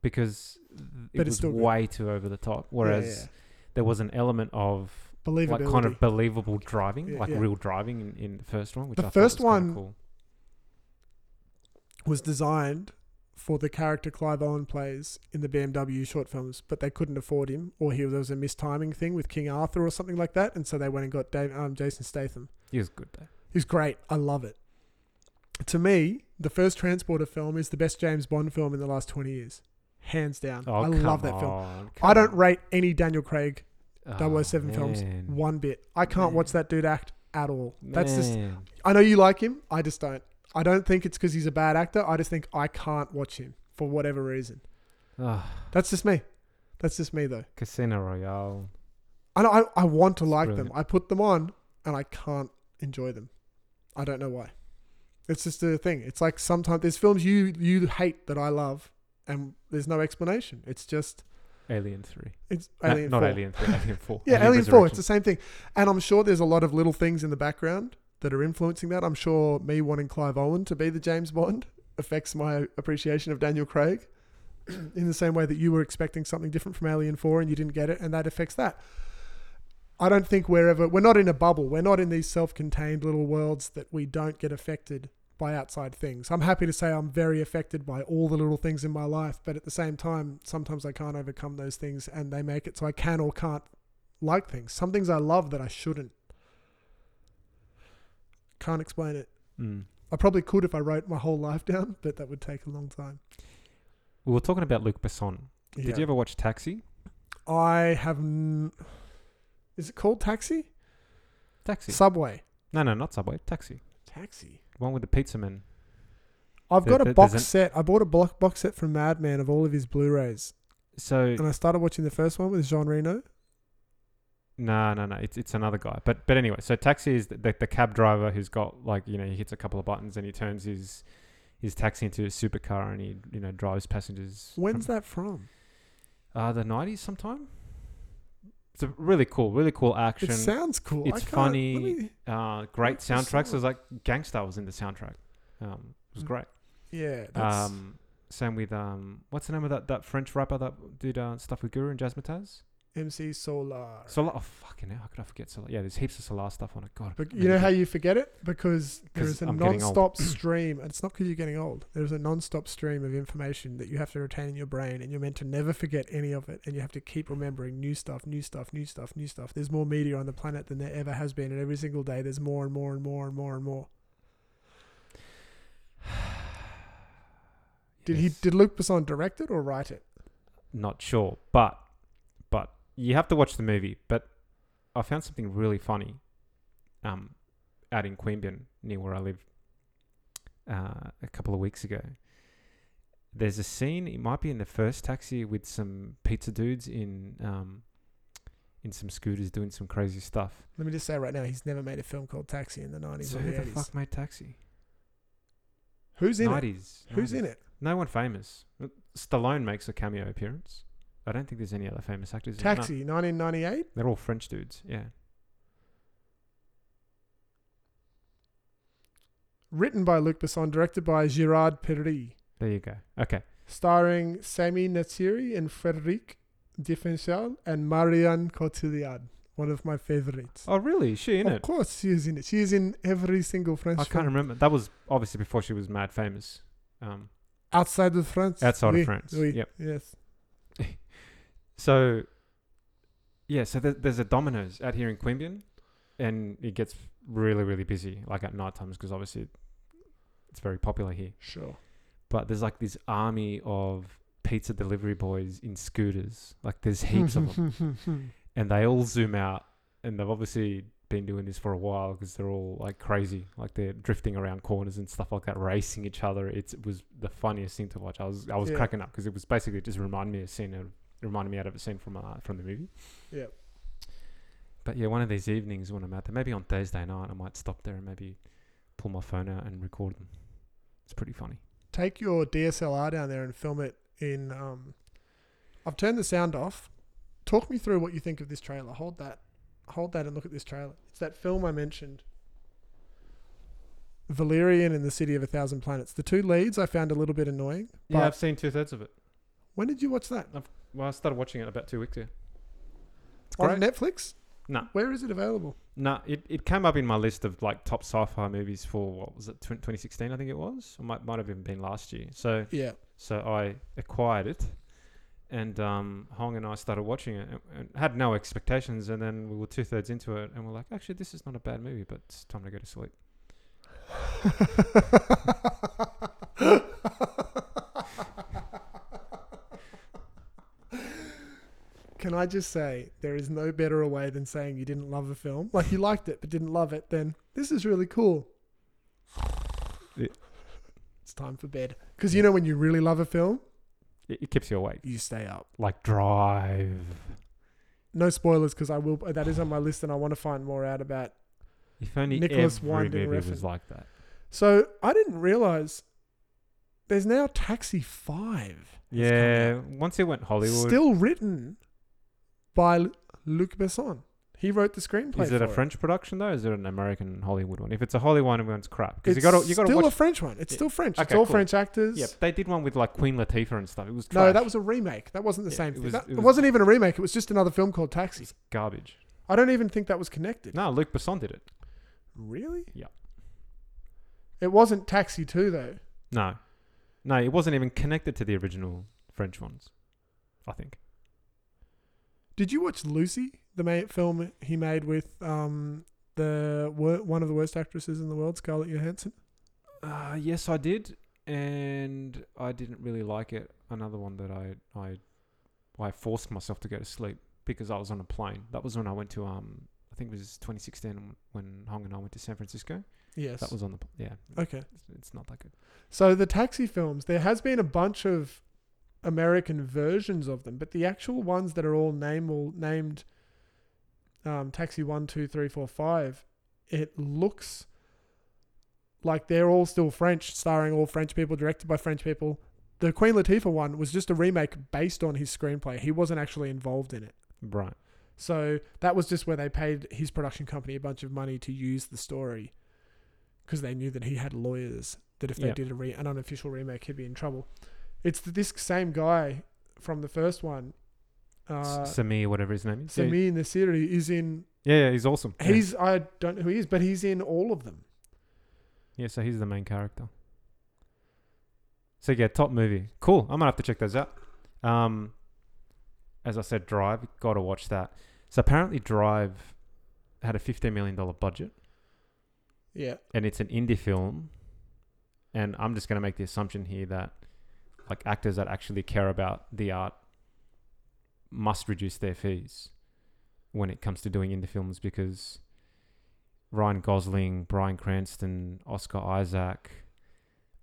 because it
But it's
was
still good.
way too over the top. Whereas
yeah.
there was an element of
believability.
like kind of believable driving,
Yeah,
like
yeah.
real driving in, in the first one, which
The
I
first
thought was kinda cool.
one- was designed for the character Clive Owen plays in the BMW short films, but they couldn't afford him, or he there was a mistiming thing with King Arthur or something like that, and so they went and got Dave, um, Jason Statham.
He was good though.
He's great. I love it. To me, the first Transporter film is the best James Bond film in the last twenty years, hands
Oh,
down. I love that film. I don't rate any Daniel Craig 007
Oh,
films one bit. I can't
Man.
watch that dude act at all. That's just. I know you like him. I just don't. I don't think it's because he's a bad actor. I just think I can't watch him for whatever reason. That's just me. That's just me though.
Casino Royale.
I know, I, I want to like
brilliant.
them. I put them on and I can't enjoy them. I don't know why. It's just a thing. It's like sometimes there's films you you hate that I love and there's no explanation. It's just
Alien 3.
it's
No,
Alien
not
4.
Alien 3, Alien 4.
Yeah, Alien 4, it's
Resurrection.
the same thing. And I'm sure there's a lot of little things in the background that are influencing that. I'm sure me wanting Clive Owen to be the James Bond affects my appreciation of Daniel Craig in the same way that you were expecting something different from Alien 4 and you didn't get it, and that affects that. I don't think we're ever, we're not in a bubble. We're not in these self contained little worlds that we don't get affected by outside things. I'm happy to say I'm very affected by all the little things in my life, but at the same time, sometimes I can't overcome those things and they make it so I can or can't like things. Some things I love that I shouldn't. Can't explain it.
Mm.
I probably could if I wrote my whole life down, but that would take a long time.
We were talking about Luc Besson. Did
Yeah.
you ever watch Taxi?
I have. N- Is it called taxi?
Taxi.
Subway.
no, no, not Subway. Taxi.
Taxi.
One with the pizza man.
I've
There-
got a
there-
box
there's
set. I bought a block box set from Madman of all of his Blu-rays,
So
and I started watching the first one with Jean Reno.
no, no, no. It's it's another guy. But but anyway, so Taxi is the, the, the cab driver who's got like you know he hits a couple of buttons and he turns his his taxi into a supercar and he you know drives passengers.
When's
from,
that from?
Uh, the nineties sometime. It's a really cool, really cool action.
It sounds cool. I
It's
can't-
funny.
let me-
uh, great
What's the
soundtracks.
song?
It was like Gangstar was in the soundtrack. Um, it was
Mm.
great.
yeah. That's,
Um, same with um, what's the name of that, that French rapper that did uh, stuff with Guru and Jazzmatazz?
MC Solar.
Solar. Oh fucking hell! How could I forget Solar? Yeah, there's heaps of Solar stuff on it. God.
But
man,
you know
it's
how
like-
you forget it because there
'Cause
is a
I'm getting old.
non-stop stream, and it's not because you're getting old. There is a non-stop stream of information that you have to retain in your brain, and you're meant to never forget any of it, and you have to keep remembering new stuff, new stuff, new stuff, new stuff. There's more media on the planet than there ever has been, and every single day there's more and more and more and more and more. Did he?
Yes.
Did Luke Besson direct it or write it?
Not sure, but but you have to watch the movie. But I found something really funny. Um, out in Queanbeyan, near where I live, uh, a couple of weeks ago. There's a scene. It might be in the first taxi with some pizza dudes in um, in some scooters doing some crazy stuff.
Let me just say right now, he's never made a film called Taxi in the '90s
So
or the
who the
'80s.
fuck made Taxi?
Who's in it?
Nineties.
Who's in it?
No one famous. Stallone makes a cameo appearance. I don't think there's any other famous actors. in it. No.
Taxi, 1998.
They're all French dudes. Yeah.
Written by Luc Besson, directed by Girard Perry.
There you go. Okay.
starring Sami Natsiri and Frederic Diffenchal and Marianne Cotillard, one of my favorites.
Oh really? Is she in
of
it?
course, she is in it. She is in every single French
I can't
film
remember. That was obviously before she was mad famous. Um,
outside of France.
outside
Oui,
of France.
oui,
Yep.
Yes.
So, yeah. So there, there's a Domino's out here in Queanbeyan, and it gets really, really busy, like at night times, because obviously it's very popular here.
Sure.
but there's like this army of pizza delivery boys in scooters. Like there's heaps of them,
them.
and they all zoom out, and they've obviously been doing this for a while because they're all like crazy, like they're drifting around corners and stuff like that, racing each other. It's, it was the funniest thing to watch. I was I was
Yeah.
cracking up because it was basically just reminded me of a scene, of- it reminded me out of a scene from uh, from the movie.
Yep.
But yeah, one of these evenings when I'm out there, maybe on Thursday night, I might stop there and maybe pull my phone out and record them. It's pretty funny.
Take your DSLR down there and film it in. Um, I've turned the sound off. Talk me through what you think of this trailer. Hold that. Hold that and look at this trailer. It's that film I mentioned. Valerian and the City of a Thousand Planets. The two leads I found a little bit annoying.
Yeah,
But-
I've seen two thirds of it.
When did you watch that?
Well, I started watching it about two weeks ago. It's
On Netflix?
No.
Where is it available?
No, it, it came up in my list of like top sci-fi movies for what was it, tw- 2016? I think it was. It might might have even been last year. So
Yeah.
So I acquired it, and um, Hong and I started watching it and, and had no expectations. And then we were two thirds into it, and we're like, actually, this is not a bad movie, but it's time to go to sleep.
Can I just say there is no better way than saying you didn't love a film? Like you liked it but didn't love it, then this is really cool.
Yeah.
It's time for bed. Because you know when you really love a film,
It, it keeps you awake.
you stay up.
Like Drive.
No spoilers because I will that is on my list and I want to find more out about.
If only
Nicholas
every
Winding
movie
Refn.
was like that.
So I didn't realize there's now Taxi 5. that's come
Yeah, once it went Hollywood,
Still written by L- Luc Besson. He wrote the screenplay.
is it a
for
French production though? Or is it an American Hollywood one? If it's a Hollywood one, it's crap because you got to you got to
still
watch.
a French one. It's
Yeah.
still French. it's
Okay,
all
cool.
French actors.
Yep, they did one with like Queen Latifah and stuff. It was
No,
trash.
that was a remake. That wasn't the
Yeah,
same
it
thing.
was-
that,
it
it
was-
wasn't even a remake. It was just another film called
It
Taxi.
was garbage.
I don't even think that was connected.
No, Luke Besson did it.
Really?
Yeah.
It wasn't Taxi 2 though.
No, no, it wasn't even connected to the original French ones. I think
Did you watch Lucy, the ma- film he made with um the wor- one of the worst actresses in the world, Scarlett Johansson?
Uh, yes, I did, and I didn't really like it. Another one that I I I forced myself to go to sleep because I was on a plane. That was when I went to um I think it was 2016 when Hong and I went to San Francisco.
Yes.
That was on the pl- yeah.
okay.
It's, it's not that good.
So the taxi films, there has been a bunch of American versions of them, but the actual ones that are all nameable, named um, Taxi One, Two, Three, Four, Five, it looks like they're all still French, starring all French people, directed by French people. The Queen Latifah one was just a remake based on his screenplay. He wasn't actually involved in it.
Right.
So that was just where they paid his production company a bunch of money to use the story because they knew that he had lawyers that if they
Yep.
did a re- an unofficial remake, he'd be in trouble. It's th- this same guy from the first one. Uh,
S- Samir, whatever his name is. Yeah,
Sami Nassiri is in.
Yeah, yeah, he's awesome. Yeah.
He's I don't know who he is, but he's in all of them.
yeah, so he's the main character. So yeah, top movie. Cool. I might have to check those out. Um, as I said, Drive. Got to watch that. So apparently, Drive had a fifteen million dollar budget,
Yeah,
and it's an indie film. And I'm just going to make the assumption here that, like, actors that actually care about the art must reduce their fees when it comes to doing indie films because Ryan Gosling, Brian Cranston, Oscar Isaac,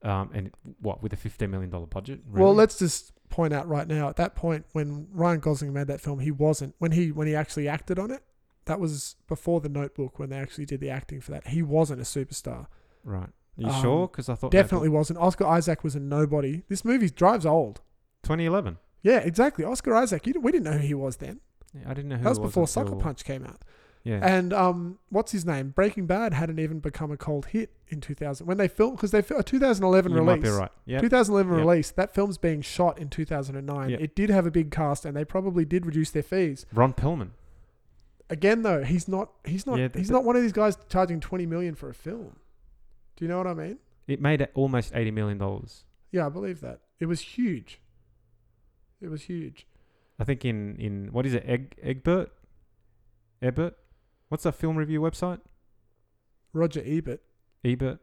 um, and what with a fifteen million dollar budget?
Well,
Really?
let's just point out right now at that point when Ryan Gosling made that film, he wasn't when he when he actually acted on it. That was before the Notebook when they actually did the acting for that. He wasn't a superstar.
right. You sure? 'Cause
um,
sure? Because I thought
Definitely wasn't. Oscar Isaac was a nobody. This movie drives old.
twenty eleven.
Yeah, exactly. Oscar Isaac. You, we didn't know who he was then.
Yeah, I didn't know who
That was
it
before
until-
Sucker Punch came out.
Yeah,
And um, what's his name? Breaking Bad hadn't even become a cold hit in 2000 when they filmed because they fil- a 2011
you
release.
might be right. Yeah,
2011
Yep.
release. That film's being shot in 2009.
Yep.
It did have a big cast, and they probably did reduce their fees.
Ron Perlman.
Again, though, he's not. He's not.
Yeah, th-
he's
th-
not one of these guys charging 20 million for a film. Do you know what I mean?
It made it almost eighty million dollars.
Yeah, I believe that. It was huge. It was huge.
I think in in what is it? Egg Egbert, Ebert. What's that film review website?
Roger Ebert.
Ebert.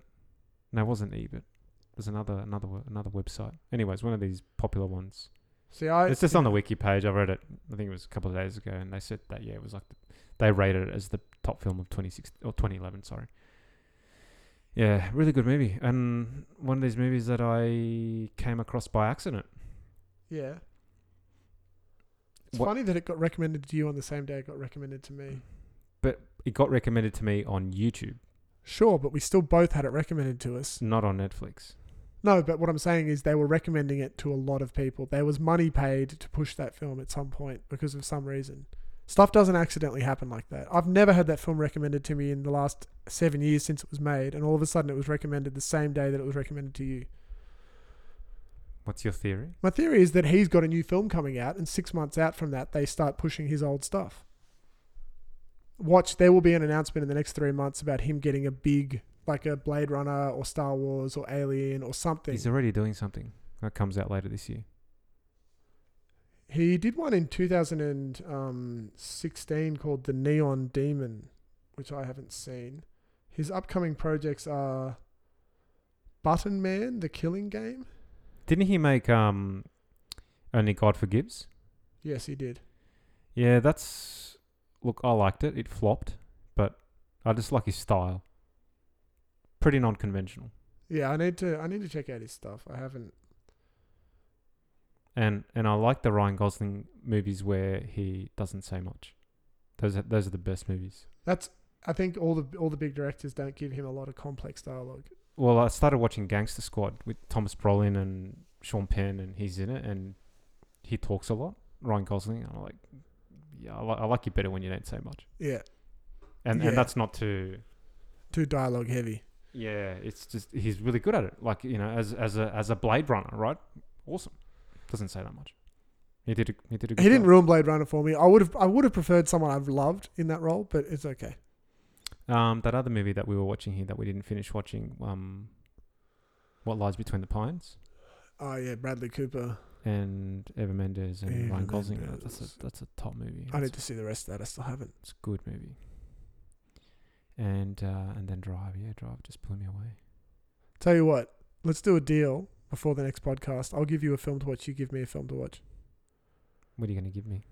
No, it wasn't Ebert. It was another another we- another website. Anyways, one of these popular ones.
See, I.
It's just on the wiki page. I read it. I think it was a couple of days ago, and they said that yeah, it was like the, they rated it as the top film of 26 or 2011. Sorry. Yeah, really good movie, and one of these movies that I came across by accident.
Yeah. It's
What-
funny that it got recommended to you on the same day it got recommended to me.
But it got recommended to me on YouTube,
Sure, but we still both had it recommended to us.
not on Netflix.
No, but what I'm saying is they were recommending it to a lot of people. There was money paid to push that film at some point because of some reason. Stuff doesn't accidentally happen like that. I've never had that film recommended to me in the last seven years since it was made, and all of a sudden it was recommended the same day that it was recommended to you.
What's your theory?
My theory is that he's got a new film coming out, and six months out from that, they start pushing his old stuff. Watch, there will be an announcement in the next three months about him getting a big, like a Blade Runner or Star Wars or Alien or something.
He's already doing something. That comes out later this year.
He did one in 2016 um, called The Neon Demon, which I haven't seen. His upcoming projects are Button Man, The Killing Game.
Didn't he make um, Only God Forgives?
Yes, he did.
Yeah, that's look. I liked it. It flopped, but I just like his style. Pretty non-conventional,
Yeah, I need to I need to check out his stuff. I haven't.
and and I like the Ryan Gosling movies where he doesn't say much. Those are, those are the best movies.
That's I think all the all the big directors don't give him a lot of complex dialogue.
Well, I started watching Gangster Squad with Thomas Brolin and Sean Penn, and he's in it, and he talks a lot. Ryan Gosling, and I'm like, yeah, I, li- I like you better when you don't say much,
Yeah,
and
Yeah.
and that's not to
too dialogue heavy.
Yeah, it's just he's really good at it. Like you know, as as a as a Blade Runner, right? Awesome. Doesn't say that much. He did. A, he did. A good
He didn't
job.
ruin Blade Runner for me. I would have I would have preferred someone I've loved in that role, but it's okay.
um, that other movie that we were watching here that we didn't finish watching. Um, what lies between the pines
Oh yeah, Bradley Cooper.
and Eva Mendes and Ryan
Eva
Gosling. uh,
Mendes.
That's a that's a top movie.
I
It's,
need to see the rest of that. I still haven't.
it's a good movie. And uh, and then Drive. Yeah, Drive just blew me away.
Tell you what, let's do a deal before the next podcast. I'll give you a film to watch. You give me a film to watch.
What are you going to give me?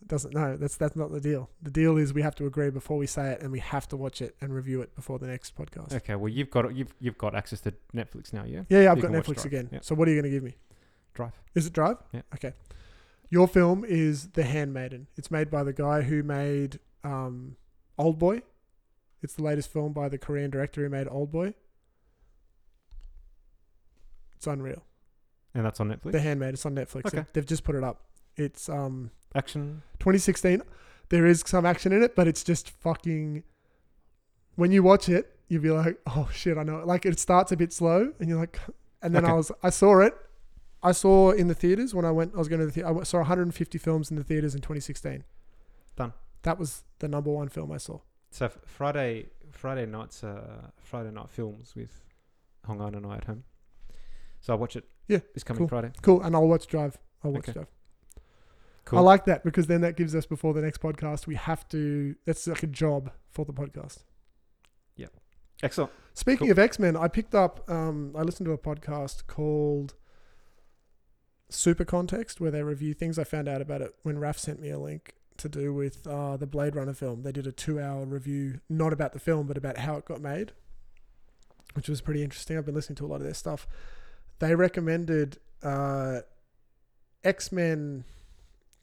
It doesn't no. That's that's not the deal. The deal is we have to agree before we say it, and we have to watch it and review it before the next podcast.
Okay, well you've got you've you've got access to Netflix now. Yeah,
Yeah, yeah, I've
You
got
can watch
Netflix
Drive,
again.
yeah.
So what are you going to give me?
Drive.
Is it Drive?
Yeah.
Okay. Your film is The Handmaiden. It's made by the guy who made um, Old Boy. It's the latest film by the Korean director who made Old Boy. It's unreal.
And that's on Netflix.
The Handmaiden. It's on Netflix.
Okay.
They've- They've just put it up. It's um,
Action.
2016. There is some action in it, but it's just fucking. When you watch it, you'll be like, "Oh shit, I know." it." Like it starts a bit slow, and you're like, and then
Okay.
I was, I saw it. I saw in the theaters when I went. I was going to the theater. I wa- saw 150 films in the theaters in 2016.
Done.
That was the number one film I saw.
So f- Friday, Friday nights, uh, Friday night films with Hong An and I at home. So I watch it.
Yeah,
it's coming
cool.
Friday.
Cool, and I'll watch Drive. I'll watch
Okay.
Drive.
Cool.
I like that because then that gives us before the next podcast. We have to. That's like a job for the podcast.
Excellent.
Speaking
Cool.
of X Men, I picked up. Um, I listened to a podcast called Super Context, where they review things. I found out about it when Raf sent me a link to do with uh, the Blade Runner film. They did a two-hour review, not about the film, but about how it got made, which was pretty interesting. I've been listening to a lot of their stuff. They recommended uh, X Men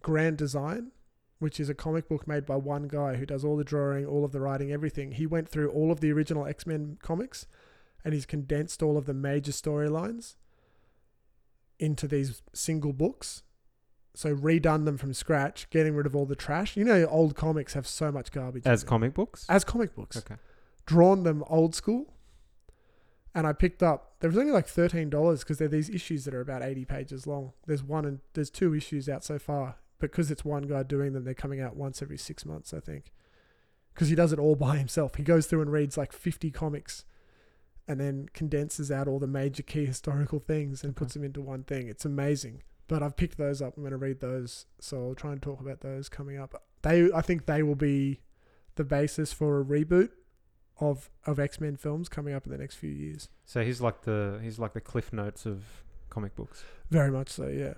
Grand Design which is a comic book made by one guy who does all the drawing, all of the writing, everything. He went through all of the original X Men comics and he's condensed all of the major storylines into these single books. So redone them from scratch, getting rid of all the trash. You know, old comics have so much garbage. in
As
them.
comic books.
as comic books
Okay.
drawn them old school. And I picked up. There was only like thirteen dollars because they're these issues that are about eighty pages long. There's one and there's two issues out so far. Because it's one guy doing them, they're coming out once every six months, I think. Because he does it all by himself. He goes through and reads like fifty comics, and then condenses out all the major key historical things and
Okay.
puts them into one thing. It's amazing. But I've picked those up. I'm going to read those, so I'll try and talk about those coming up. They, I think, they will be the basis for a reboot of of X Men films coming up in the next few years.
So he's like the he's like the cliff notes of comic books.
Very much so, yeah.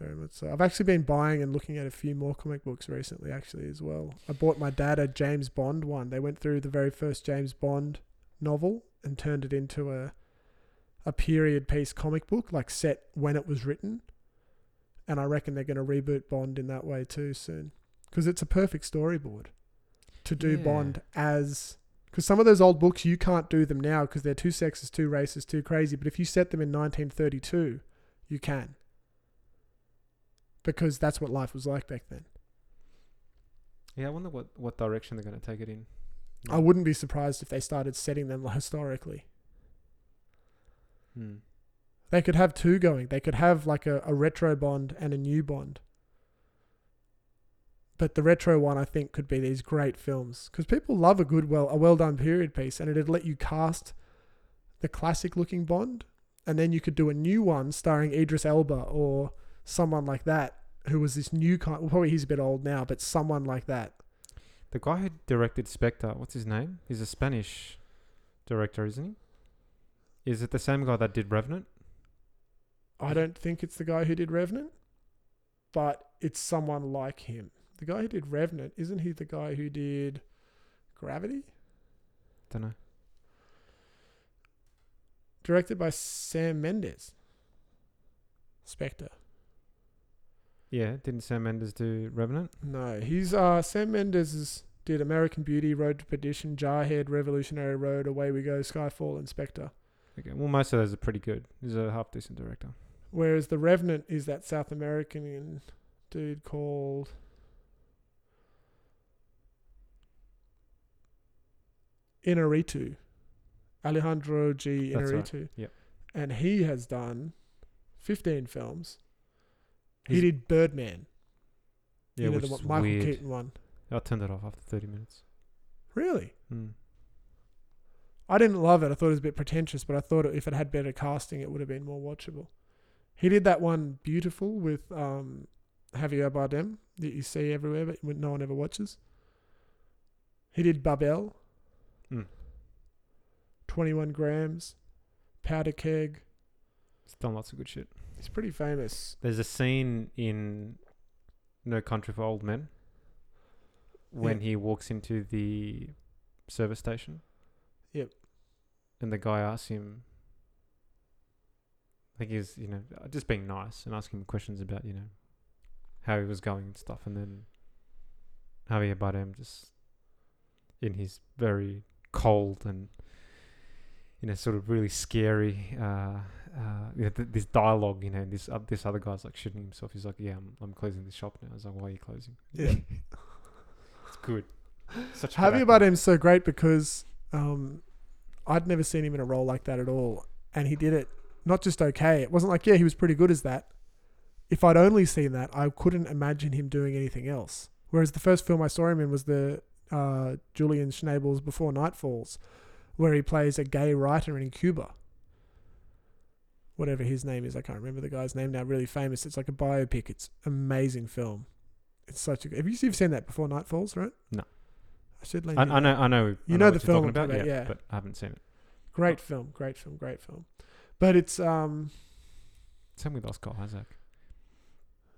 Very much so. I've actually been buying and looking at a few more comic books recently, actually as well. I bought my dad a James Bond one. They went through the very first James Bond novel and turned it into a a period piece comic book, like set when it was written. And I reckon they're going to reboot Bond in that way too soon, because it's a perfect storyboard to do
Yeah.
Bond as. Because some of those old books you can't do them now because they're too sexist, too racist, too crazy. But if you set them in 1932, you can. Because that's what life was like back then.
Yeah, I wonder what what direction they're going to take it in.
I wouldn't be surprised if they started setting them historically.
Hmm.
They could have two going. They could have like a, a retro bond and a new bond. But the retro one, I think, could be these great films because people love a good, well, a well done period piece, and it'd let you cast the classic looking Bond and then you could do a new one starring Idris Elba or someone like that, who was this new kind. Well, probably he's a bit old now, but someone like that.
The guy who directed Spectre, what's his name? He's a Spanish director, isn't he? Is it the same guy that did Revenant?
I don't think it's the guy who did Revenant, but it's someone like him. The guy who did Revenant, isn't he the guy who did Gravity?
Don't know.
Directed by Sam Mendes. Spectre.
Yeah, didn't Sam Mendes do Revenant?
No, he's uh Sam Mendes is, did American Beauty, Road to Perdition, Jarhead, Revolutionary Road, Away We Go, Skyfall, and Spectre.
Okay, well, most of those are pretty good. He's a half decent director.
Whereas the Revenant is that South American dude called Inarritu, Alejandro G.
That's right,
Inarritu,
yep.
and he has done fifteen films. he
He's-
did Birdman,
Yeah,
you know,
which
the one-
is
Michael
weird.
Keaton one.
I turned it off after 30 minutes.
Really,
Mm.
I didn't love it. I thought it was a bit pretentious, but I thought if it had better casting, it would have been more watchable. He did that one beautiful with um, Javier Bardem that you see everywhere, but when no one ever watches. He did Babel,
Mm.
21 Grams, Powder Keg.
It's done lots of good shit.
He's pretty famous.
There's a scene in No Country for Old Men when
Yeah.
he walks into the service station.
Yep.
And the guy asks him, I think he's, you know, uh, just being nice and asking him questions about, you know, how he was going and stuff. And then Javier Bardem just in his very cold and you know sort of really scary uh, uh, you know, th- this dialogue you know this uh, this other guy's like shitting himself he's like yeah I'm, I'm closing the shop now I was like why are you closing
Yeah.
it's good such good
Javier
acting.
Bardem's so great because um, I'd never seen him in a role like that at all, and he did it not just okay. It wasn't like yeah, he was pretty good as that. If I'd only seen that, I couldn't imagine him doing anything else. Whereas the first film I saw him in was the uh, Julian Schnabel's Before Night Falls, where he plays a gay writer in Cuba. Whatever his name is, I can't remember the guy's name now. Really famous. It's like a biopic. It's amazing film. It's such a. Have you you've seen that Before Night Falls, right?
No.
I should lend
I,
you
I know I know I
You know
what
the
you're
film
talking
I'm talking about, yeah.
but I haven't seen it
Great film, great film, great film. But it's um
same with Oscar Isaac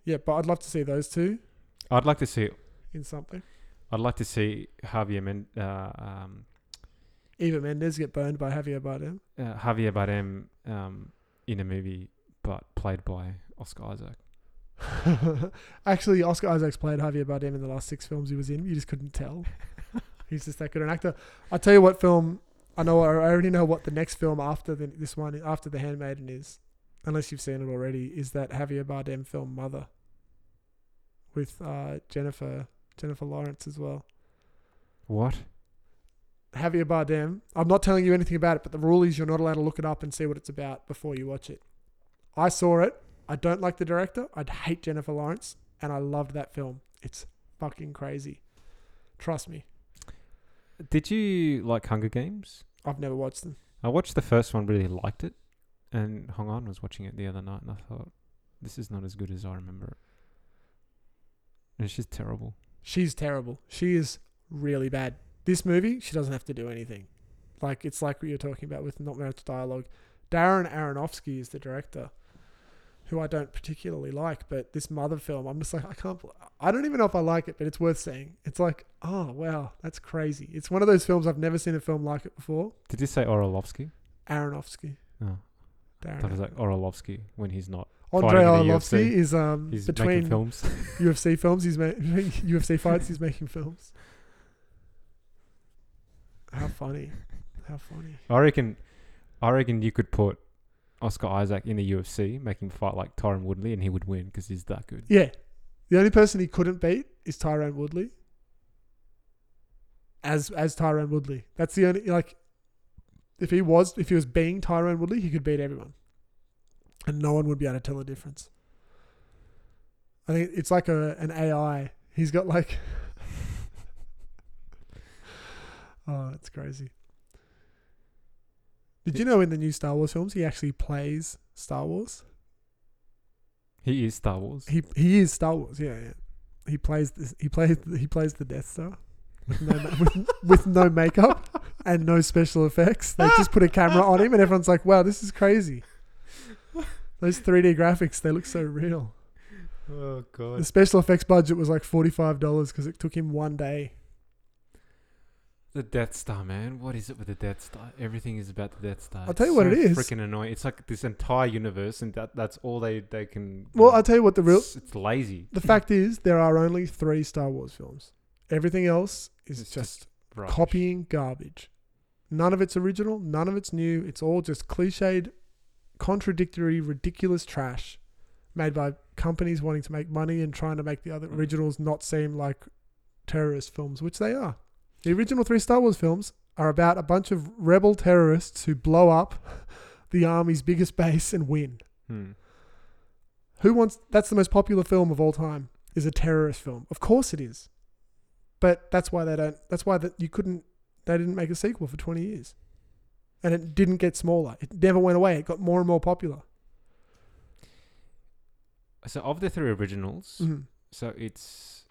yeah, but I'd love to see those two
I'd like to see
in something.
I'd like to see Javier Men, uh, um,
Eva Mendes get burned by Javier Bardem.
uh, Javier Bardem um, in a movie but played by Oscar Isaac
Actually, Oscar Isaac's played Javier Bardem in the last six films he was in. You just couldn't tell. He's just that good an actor. I tell you what film I know. I already know what the next film after the, this one, after The Handmaiden, is. Unless you've seen it already, is that Javier Bardem film Mother with uh, Jennifer Jennifer Lawrence as well.
what
Javier Bardem. I'm not telling you anything about it, but the rule is you're not allowed to look it up and see what it's about before you watch it. I saw it. I don't like the director. I'd hate Jennifer Lawrence, and I loved that film. It's fucking crazy. Trust me.
Did you like Hunger Games?
I've never watched them.
I watched the first one, really liked it, and Hong On was watching it the other night, and I thought, this is not as good as I remember it. And it's just terrible.
She's terrible. She is really bad. This movie, she doesn't have to do anything. Like it's like what you're talking about with not much dialogue. Darren Aronofsky is the director, who I don't particularly like. But this mother film, I'm just like I can't. bel- I don't even know if I like it, but it's worth seeing. It's like oh wow, that's crazy. It's one of those films I've never seen a film like it before.
Did you say Orlovsky?
Aronofsky,
No, I
Darren.
thought it was like Orlovsky when he's not.
Andre
fighting in the
Aronofsky
UFC.
is um
He's making
between
films.
UFC films. He's making UFC fights. He's making films. How funny! How funny!
I reckon, I reckon you could put Oscar Isaac in the UFC, make him fight like Tyron Woodley, and he would win because he's that good.
Yeah, the only person he couldn't beat is Tyrone Woodley. As as Tyrone Woodley, that's the only like. If he was if he was being Tyrone Woodley, he could beat everyone, and no one would be able to tell the difference. I think it's like a an AI. He's got like. oh, that's crazy. Did you know in the new Star Wars films he actually plays Star Wars?
He is Star Wars.
He he is Star Wars. Yeah, yeah. He plays this. He plays he plays the Death Star with no ma- with, with no makeup and no special effects. They just put a camera on him, and everyone's like, "Wow, this is crazy." Those 3D graphics, they look so real.
Oh
The
god.
special effects budget was like $45 because it took him one day.
The Death Star, man. What is it with the Death Star? Everything is about the Death Star.
I'll
It's
tell you what
so
it is.
Freaking annoying. It's like this entire universe, and that that's all they they can.
Well, I'll tell you what the real
It's, it's lazy.
the fact is there are only 3 Star Wars films. Everything else is
It's
just
just Right.
copying garbage. None of it's original, none of it's new. It's all just cliched, contradictory, ridiculous trash made by companies wanting to make money and trying to make the other
Mm.
originals not seem like terrorist films, which they are. The original three Star Wars films are about a bunch of rebel terrorists who blow up the army's biggest base and win.
Hmm.
Who wants that's the most popular film of all time is a terrorist film. Of course it is. But that's why they don't that's why that you couldn't they didn't make a sequel for 20 years. And it didn't get smaller. It never went away. It got more and more popular.
So of the three originals,
Mhm.
so it's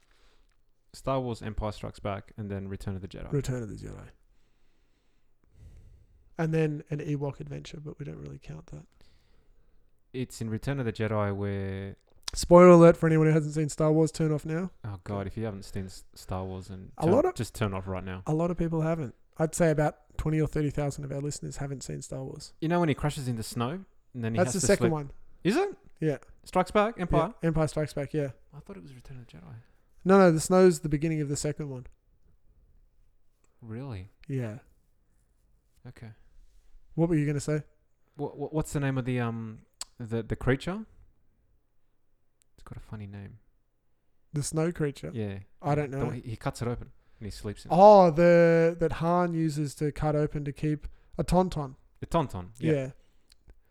Star Wars, Empire Strikes Back, and then Return of the Jedi.
Return of the Jedi. And then an Ewok adventure, but we don't really count that.
it's in Return of the Jedi where
Spoiler alert for anyone who hasn't seen Star Wars, turn off now.
oh god, if you haven't seen S- Star Wars and
A
turn,
lot of-
just turn off right now.
A lot of people haven't. I'd say about 20 or 30,000 of our listeners haven't seen Star Wars.
You know when he crashes in the snow and then he
That's the
has to
second
sleep-
one.
Is it?
Yeah.
Strikes Back,
Yeah,
Empire.
Empire Strikes Back, yeah.
I thought it was Return of the Jedi.
No, no, the snow's the beginning of the second one.
Really?
Yeah.
Okay.
What were you going to say?
What, what what's the name of the um the the creature? It's got a funny name.
The snow creature.
Yeah.
I don't
The
know.
one- He, he cuts it open and he sleeps in. it.
Uh, Oh, the that Han uses to cut open to keep a tauntaun.
The Tauntaun.
Yeah.
Yeah.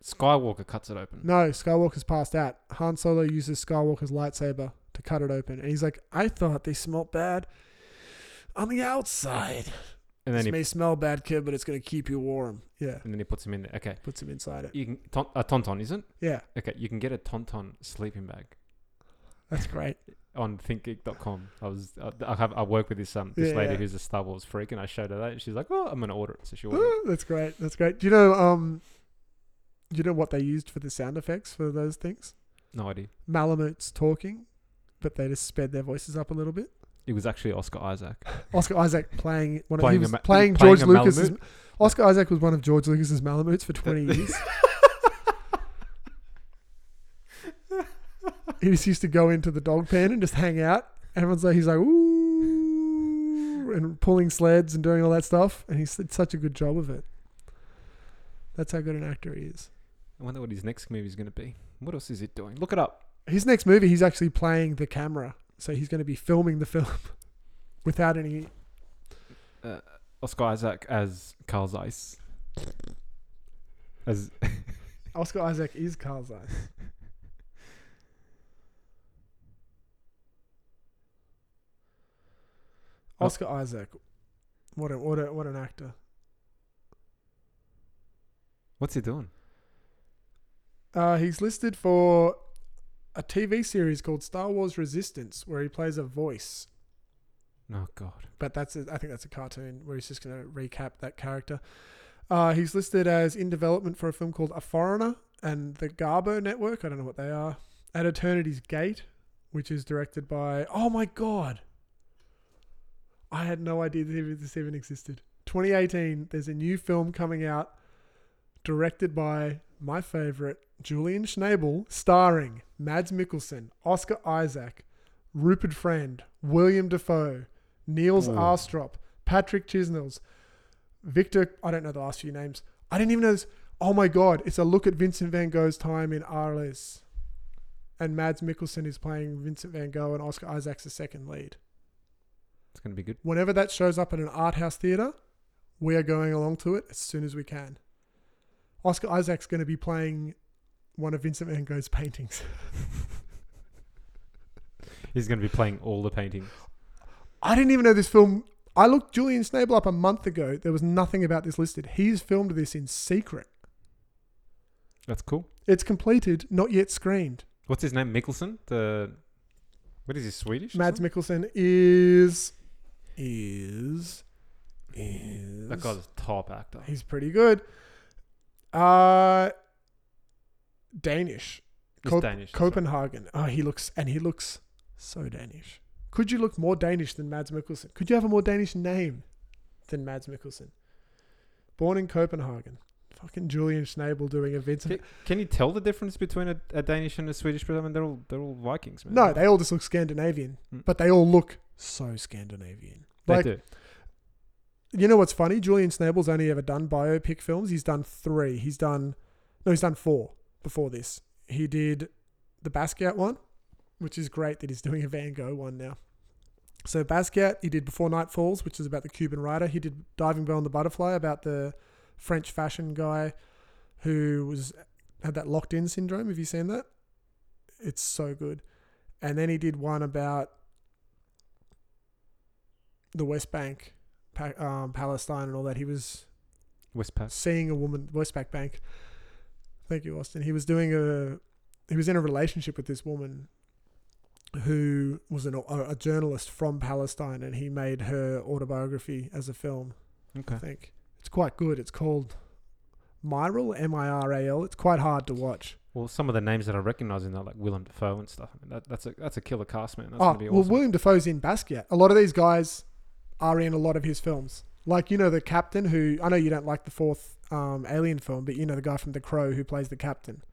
Skywalker cuts it open.
No, Skywalker's passed out. Han Solo uses Skywalker's lightsaber to cut it open, and he's like, "I thought they smelt bad on the outside.
and
This
then he
may smell bad, kid, but it's gonna keep you warm." Yeah.
and then he puts him in there. Okay.
Puts him inside it.
You can ton, uh, a Tauntaun, isn't?
Yeah,
Okay, you can get a Tauntaun sleeping bag
that's great.
on thinkgeek.com. I was I, I have I work with this um this
Yeah,
lady
yeah.
who's a Star Wars freak, and I showed her that, and she's like, "Oh, I'm gonna order it." So she ordered. it.
Ooh, that's great. That's great. Do you know um, do you know what they used for the sound effects for those things?
No idea.
Malamutes talking, but they just sped their voices up a little bit.
It was actually Oscar Isaac.
Oscar Isaac playing one of
Playing
he
a
was
ma-
playing
playing
George
a
Lucas's
Malamute.
Oscar Isaac was one of George Lucas's Malamutes for twenty years. he just used to go into the dog pen and just hang out. Everyone's like he's like ooh and pulling sleds and doing all that stuff, and he's did such a good job of it. That's how good an actor he is.
I wonder what his next movie is gonna be. What else is it doing? Look it up.
His next movie, he's actually playing the camera, so he's going to be filming the film without any
Oscar Isaac as Carl Zeiss. As
Oscar Isaac is Carl Zeiss. Oscar Isaac, what a, what a, what an actor!
what's he doing?
Uh, he's listed for a TV series called Star Wars Resistance, where he plays a voice.
Oh God.
But that's a, I think that's a cartoon where he's just going to recap that character. Uh, he's listed as in development for a film called A Foreigner and the Garbo Network. I don't know what they are. At Eternity's Gate, which is directed by oh my god, I had no idea that even- this even existed. 2018, there's a new film coming out, directed by my favorite Julian Schnabel, starring Mads Mikkelsen, Oscar Isaac, Rupert Friend, William Defoe, Niels
Ooh.
Arstrop, Patrick Chisnells, Victor. I don't know the last few names. I didn't even know this. Oh my god, it's a look at Vincent van Gogh's time in Arles and Mads Mikkelsen is playing Vincent Van Gogh and Oscar Isaac's the second lead.
It's gonna be good.
Whenever that shows up at an art house theater, we are going along to it as soon as we can. Oscar Isaac's going to be playing one of Vincent Van Gogh's paintings.
He's gonna be playing all the paintings.
I didn't even know this film. I looked Julian Snable up a month ago. There was nothing about this listed. He's filmed this in secret.
That's cool.
It's completed, not yet screened.
What's his name? Mickelson? The what is he Swedish? or
Mads
something?
Mikkelsen is is is
That guy's a top actor.
He's pretty good. Uh Danish.
He's
Cop-
Danish. that's right.
Copenhagen. Oh, he looks and he looks so Danish. Could you look more Danish than Mads Mikkelsen? Could you have a more Danish name than Mads Mikkelsen? Born in Copenhagen. Fucking Julian Schnabel doing a Vincent.
Can, can you tell the difference between a, a Danish and a Swedish? But I mean, they're all they're all Vikings, man.
No, they all just look Scandinavian,
Mm.
but they all look so Scandinavian.
they
like-
do.
You know what's funny? Julian Snable's only ever done biopic films. He's done three. He's done no, he's done four before this. He did the Basquiat one, which is great that he's doing a Van Gogh one now. So Basquiat, he did Before Night Falls, which is about the Cuban writer. He did Diving Bell and the Butterfly about the French fashion guy who was had that locked in syndrome. Have you seen that? It's so good. And then he did one about the West Bank, Pa- um, Palestine, and all that. He was
West Pass.
seeing a woman Westpac Bank. Thank you, Austin. He was doing a he was in a relationship with this woman who was an, a, a journalist from Palestine, and he made her autobiography as a film.
Okay.
I think it's quite good. It's called Miral M I R A L. It's quite hard to watch.
Well, some of the names that I recognise in there, like Willem Dafoe and stuff. I mean, that, that's a that's a killer cast, man. That's
oh
gonna be
well,
awesome.
William Defoe's in Basquiat. A lot of these guys are in a lot of his films. Like you know the captain who I know you don't like the fourth um, Alien film, but you know the guy from The Crow who plays the captain.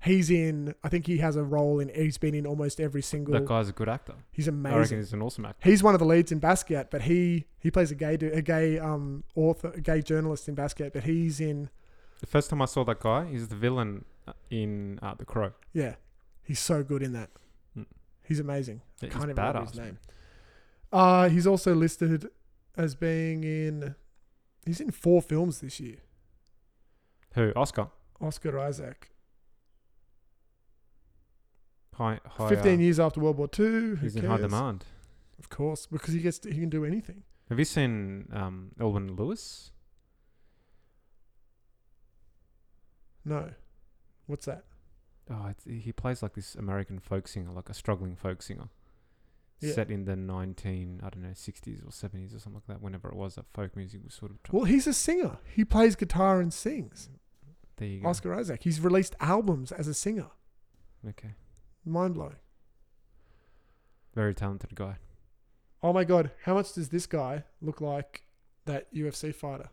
He's in. I think he has a role in. He's been in almost every single.
that guy's a good actor.
he's
I reckon
amazing.
he's an awesome actor.
He's one of the leads in Basquiat, but he he plays a gay du- a gay um author a gay journalist in Basquiat, but he's in
The first time I saw that guy, he's the villain uh, in uh, The Crow.
yeah, he's so good in that.
Mm.
He's amazing.
He's
can't even remember
badass.
his
man.
name. Uh, he's also listed as being in. He's in four films this year.
Who? Oscar.
Oscar Isaac,
High, high,
fifteen
uh,
years after World War Two. Who
He's in
cares?
high demand.
of course, because he gets to, he can do anything.
Have you seen um, Elwin Lewis?
No, what's that?
Oh, it's, he plays like this American folk singer, like a struggling folk singer,
Yeah.
set in the nineteen I don't know sixties or seventies or something like that. Whenever it was that folk music was sort of tr-
Well, he's a singer. He plays guitar and sings.
there you go.
Oscar Isaac. He's released albums as a singer.
Okay,
Mind blowing.
very talented guy.
Oh my god, how much does this guy look like that UFC fighter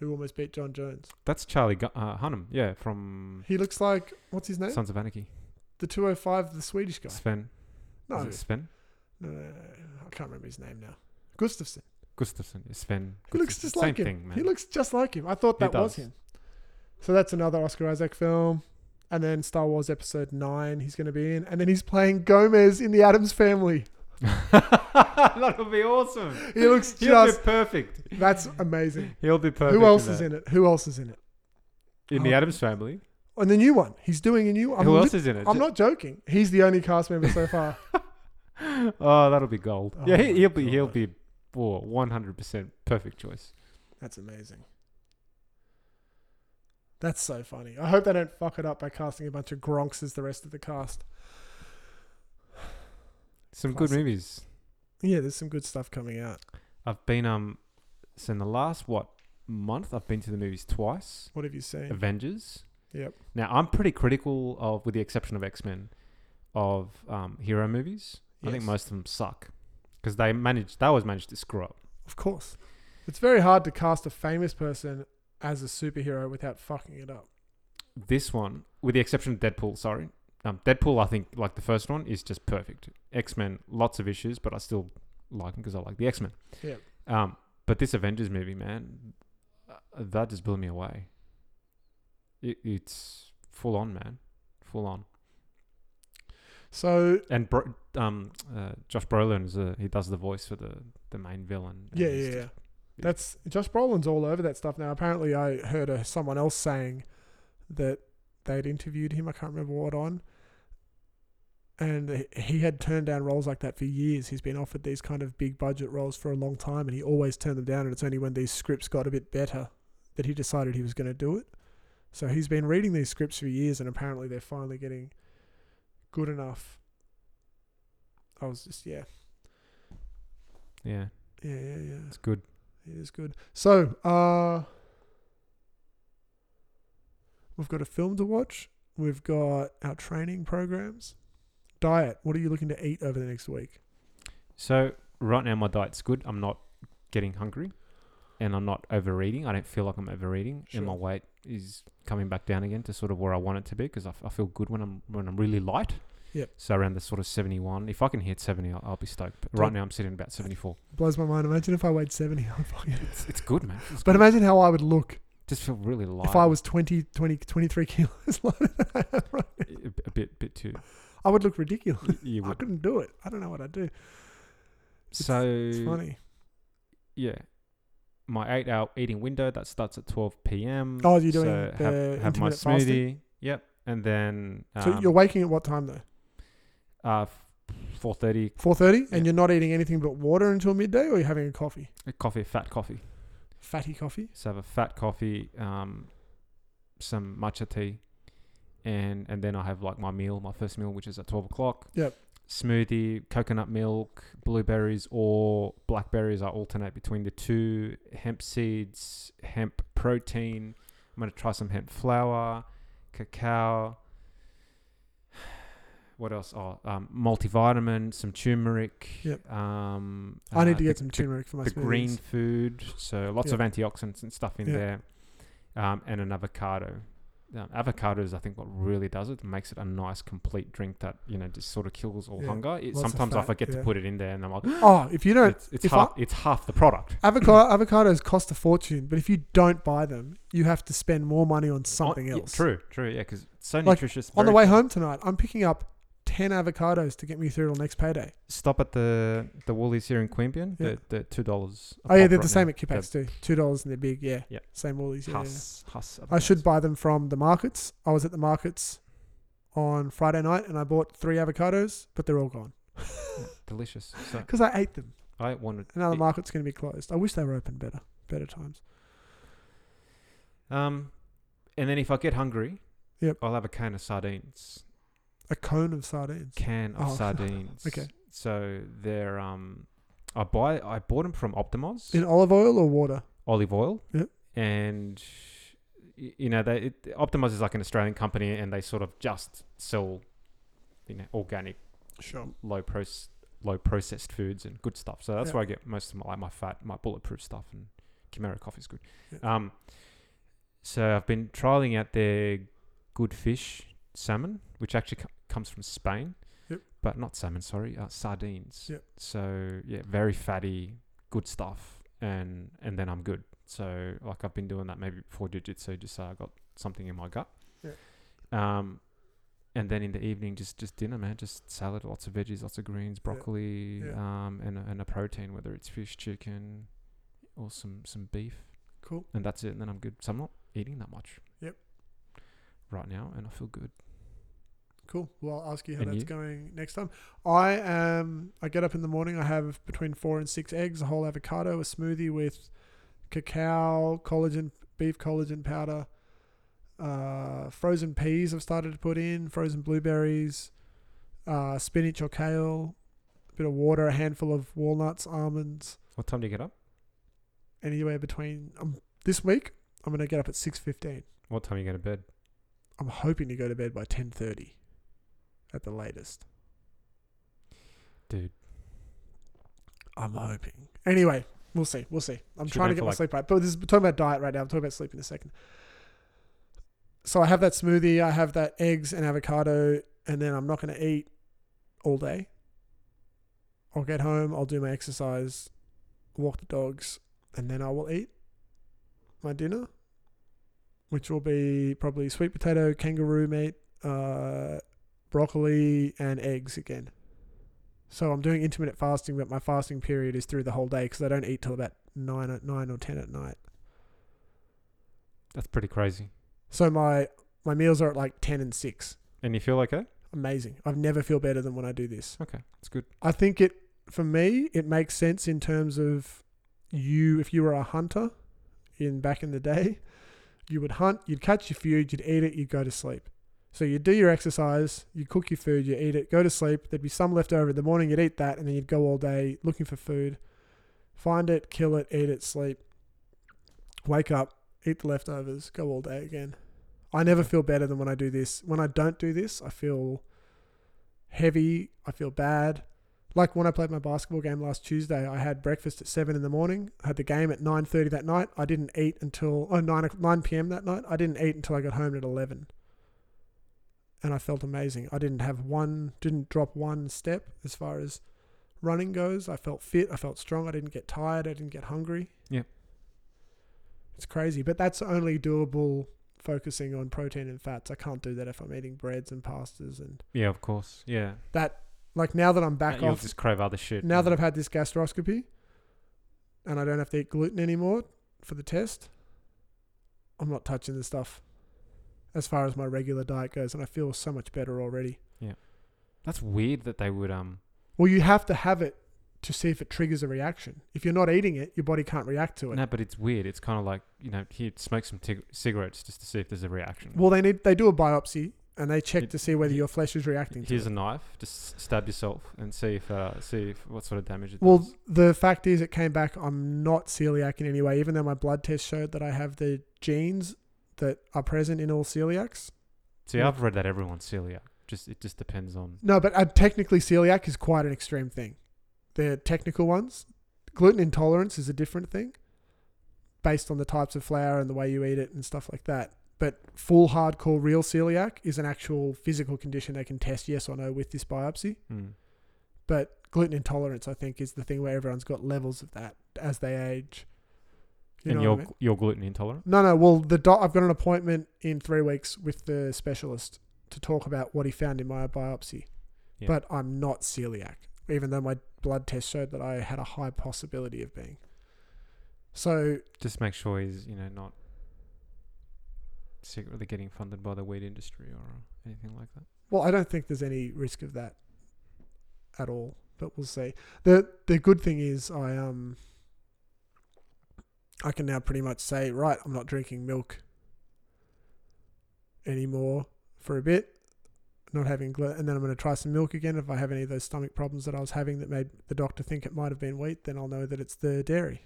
who almost beat John Jones?
That's Charlie Gu- uh, Hunnam, yeah, from
He looks like what's his name?
Sons of Anarchy.
the 205, the Swedish Eh? guy.
Sven,
No,
is it Sven
no, no, no, no, I can't remember his name now. Gustafsson.
Gustafsson? Yeah, Sven.
He looks
Gustafsson.
just
Same
like him.
thing, man.
He looks just like him. I thought
He
that was
does.
him. So that's another Oscar Isaac film. And then Star Wars Episode 9, he's going to be in. And then he's playing Gomez in The Adams Family.
That'll be awesome.
He looks
He'll
just.
be perfect.
That's amazing.
He'll be perfect.
Who else
in
is
that.
in it? Who else is in it?
In the
Oh.
Adams Family.
And the new one. He's doing a new. I'm,
Who
lit-
else is in it?
I'm not joking. He's the only cast member so far.
Oh, that'll be gold.
Oh
yeah,
my
he, he'll be he'll
God.
be oh, 100% perfect choice.
That's amazing. That's so funny. I hope they don't fuck it up by casting a bunch of gronks as the rest of the cast.
Some good
Classic.
movies.
Yeah, there's some good stuff coming out.
I've been um so in the last what month I've been to the movies twice.
What have you seen?
Avengers.
Yep.
Now I'm pretty critical of with the exception of X-Men of um, hero movies. I think
Yes.
most of them suck because they managed they always managed to screw up.
Of course. It's very hard to cast a famous person as a superhero without fucking it up.
This one with the exception of Deadpool, sorry. Um, Deadpool I think like the first one is just perfect. X-Men lots of issues but I still like them because I like the X-Men.
Yep.
Um, but this Avengers movie, man, uh, that just blew me away. It, it's full on, man, full on.
So,
And bro, um, uh, Josh Brolin is a, he does the voice for the the main villain. and
yeah,
he's
yeah,
just-
yeah. That's Josh Brolin's all over that stuff now. Apparently, I heard uh, someone else saying that they'd interviewed him. I can't remember what on. and he- he had turned down roles like that for years. He's been offered these kind of big budget roles for a long time, and he always turned them down. And it's only when these scripts got a bit better that he decided he was going to do it. So he's been reading these scripts for years, and apparently they're finally getting good enough. I was just yeah,
Yeah,
yeah, yeah, yeah.
it's good.
It is good. So, uh, we've got a film to watch. We've got our training programs. Diet. What are you looking to eat over the next week?
So right now my diet's good. I'm not getting hungry, and I'm not overeating. I don't feel like I'm overeating, and my
Sure.
weight is coming back down again to sort of where I want it to be because I, f- I feel good when I'm when I'm really light.
Yep.
So around the sort of 71. If I can hit 70, I'll, I'll be stoked. But right
Don't-
now I'm sitting about 74.
Blows my mind. Imagine if I weighed 70. I'd fucking-
It's, it's good, man. It's
But
good.
imagine how I would look
just feel really light.
if I was 20, 20, 23 kilos lighter than I am right now.
a, a bit bit too.
I would look ridiculous.
y- You
I
would.
couldn't do it. I don't know what I'd do.
So
It's funny.
yeah, my eight hour eating window that starts at 12 p.m.
Oh, you're doing
so have,
the
have my
intermittent fasting?
smoothie. Yep, and then um,
So you're waking at what time though?
uh, 4:30
4.30?
Yeah.
And you're not eating anything but water until midday or you're having a coffee?
a coffee, fat coffee.
Fatty coffee?
So have a fat coffee, um, some matcha tea, and and then I have like my meal, my first meal, which is at 12 o'clock.
Yep.
Smoothie, coconut milk, blueberries or blackberries. I alternate between the two. Hemp seeds, hemp protein. I'm gonna try some hemp flour, cacao. What else? Oh, um, multivitamin, some turmeric.
Yep.
Um,
I need
uh,
to get
the-
some
the
turmeric for my
the
smoothies.
green food, so lots
Yeah.
of antioxidants and stuff in
Yeah.
there, um, and an avocado. Um, avocado is, I think, what really does it. Makes it a nice, complete drink that you know just sort of kills all
Yeah.
hunger. It,
Lots of
sometimes I
fat,
forget
yeah.
to put it in there, and I'm like,
Oh, if you don't,
it's, it's
if
half, it's half the product.
avocado avocados cost a fortune, but if you don't buy them, you have to spend more money on something
Oh, Yeah,
else.
true, true, yeah, because it's so
Like,
nutritious.
On the
very-
way home tonight, I'm picking up ten avocados to get me through till next payday.
stop at the the Woolies here in Queanbeyan.
Yeah.
The, the two dollars.
Oh yeah, they're the same at Kipax too. Two dollars and they're big. Yeah,
Yeah.
same Woolies. Yeah, yeah.
Huss, Huss.
I should buy them from the markets. I was at the markets on Friday night and I bought three avocados, but they're all gone
delicious. So
because I ate them.
I wanted
And now the
it-
market's going to be closed. I wish they were open better, better times.
Um, and then if I get hungry,
Yep.
I'll have a can of sardines.
A cone of sardines.
Can of
Oh,
sardines.
okay.
So they're um, I buy I bought them from Optimos
In olive oil or water?
olive oil.
Yep.
And y- you know they it, Optimos is like an Australian company and they sort of just sell you know organic
Sure.
low process low processed foods and good stuff. So that's
Yeah.
where I get most of my like my fat, my bulletproof stuff, and Chimera coffee's good.
Yeah.
Um, so I've been trialing out their good fish salmon, which actually co- comes from Spain,
Yep.
but not salmon, sorry, uh, sardines.
Yep.
So yeah, very fatty, good stuff, and and then I'm good. So like I've been doing that maybe before jujitsu, just so I got something in my gut.
Yeah.
Um, and then in the evening, just just dinner, man, just salad, lots of veggies, lots of greens, broccoli,
Yeah.
um, and a- and a protein, whether it's fish, chicken, or some some beef,
Cool.
and that's it. And then I'm good. So I'm not eating that much.
Yep.
Right now, and I feel good.
Cool. Well, I'll ask you how
And
that's
you?
going next time. I am. I get up in the morning. I have between four and six eggs, a whole avocado, a smoothie with cacao, collagen, beef collagen powder, uh, frozen peas. I've started to put in frozen blueberries, uh, spinach or kale, a bit of water, a handful of walnuts, almonds.
What time do you get up?
Anywhere between um, this week, I'm gonna get up at six fifteen.
What time you go to bed?
I'm hoping to go to bed by ten thirty, at the latest.
Dude.
I'm hoping. Anyway, we'll see. We'll see. I'm
Should
trying
go
to get
for
my
like-
sleep right. But this is we're talking about diet right now. I'm talking about sleep in a second. So I have that smoothie. I have that eggs and avocado, and then I'm not going to eat all day. I'll get home. I'll do my exercise, walk the dogs, and then I will eat my dinner, which will be probably sweet potato, kangaroo meat, uh, broccoli, and eggs again. So I'm doing intermittent fasting, but my fasting period is through the whole day because I don't eat till about nine at nine or ten at night.
That's pretty crazy.
So my my meals are at like ten and six.
And you feel okay?
amazing. I've never feel better than when I do this.
Okay, that's good.
I think it for me it makes sense in terms of you if you were a hunter in back in the day, you would hunt, you'd catch your food, you'd eat it, you'd go to sleep. So you'd do your exercise, you cook your food, you eat it, go to sleep. There'd be some left over in the morning, you'd eat that, and then you'd go all day looking for food, find it, kill it, eat it, sleep, wake up, eat the leftovers, go all day again. I never feel better than when I do this. When I don't do this, I feel heavy, I feel bad. Like when I played my basketball game last Tuesday, I had breakfast at seven in the morning. I had the game at nine thirty that night. I didn't eat until oh, nine o'clock- nine p.m. that night. I didn't eat until I got home at eleven, and I felt amazing. I didn't have one, didn't drop one step as far as running goes. I felt fit. I felt strong. I didn't get tired. I didn't get hungry.
Yep.
it's crazy, but that's only doable focusing on protein and fats. I can't do that if I'm eating breads and pastas and
Yeah, of course. Yeah.
that. Like now that I'm back
You'll
off
just crave other shit.
now that I've had this gastroscopy and I don't have to eat gluten anymore for the test, I'm not touching the stuff as far as my regular diet goes, and I feel so much better already.
That's weird that they would um
Well, you have to have it to see if it triggers a reaction. If you're not eating it, your body can't react to it.
No, but it's weird. It's kind of like, you know, here smoke some tig- cigarettes just to see if there's a reaction.
Well, they need they do a biopsy and they check
It-
to see whether
it-
your flesh is reacting to
Here's
it.
a knife. Just s- stab yourself and see if uh, see if what sort of damage it
Well,
does.
the fact is, it came back. I'm not celiac in any way, even though my blood test showed that I have the genes that are present in all celiacs.
See,
yeah.
I've read that everyone's celiac. Just it just depends on.
No, but uh, technically, celiac is quite an extreme thing. The technical ones, gluten intolerance is a different thing, based on the types of flour and the way you eat it and stuff like that. But full hardcore real celiac is an actual physical condition they can test yes or no with this biopsy.
Mm.
But gluten intolerance, I think, is the thing where everyone's got levels of that as they age. You
and
know
you're
what I mean?
you're gluten intolerant.
No, no. Well, the doc, I've got an appointment in three weeks with the specialist to talk about what he found in my biopsy.
Yeah.
But I'm not celiac, even though my blood test showed that I had a high possibility of being. So
Just make sure he's you know not secretly getting funded by the weed industry or anything like that.
Well, I don't think there's any risk of that at all, but we'll see. the The good thing is, I um, I can now pretty much say, right, I'm not drinking milk anymore for a bit. Not having gluten, and then I'm going to try some milk again. If I have any of those stomach problems that I was having that made the doctor think it might have been wheat, then I'll know that it's the dairy.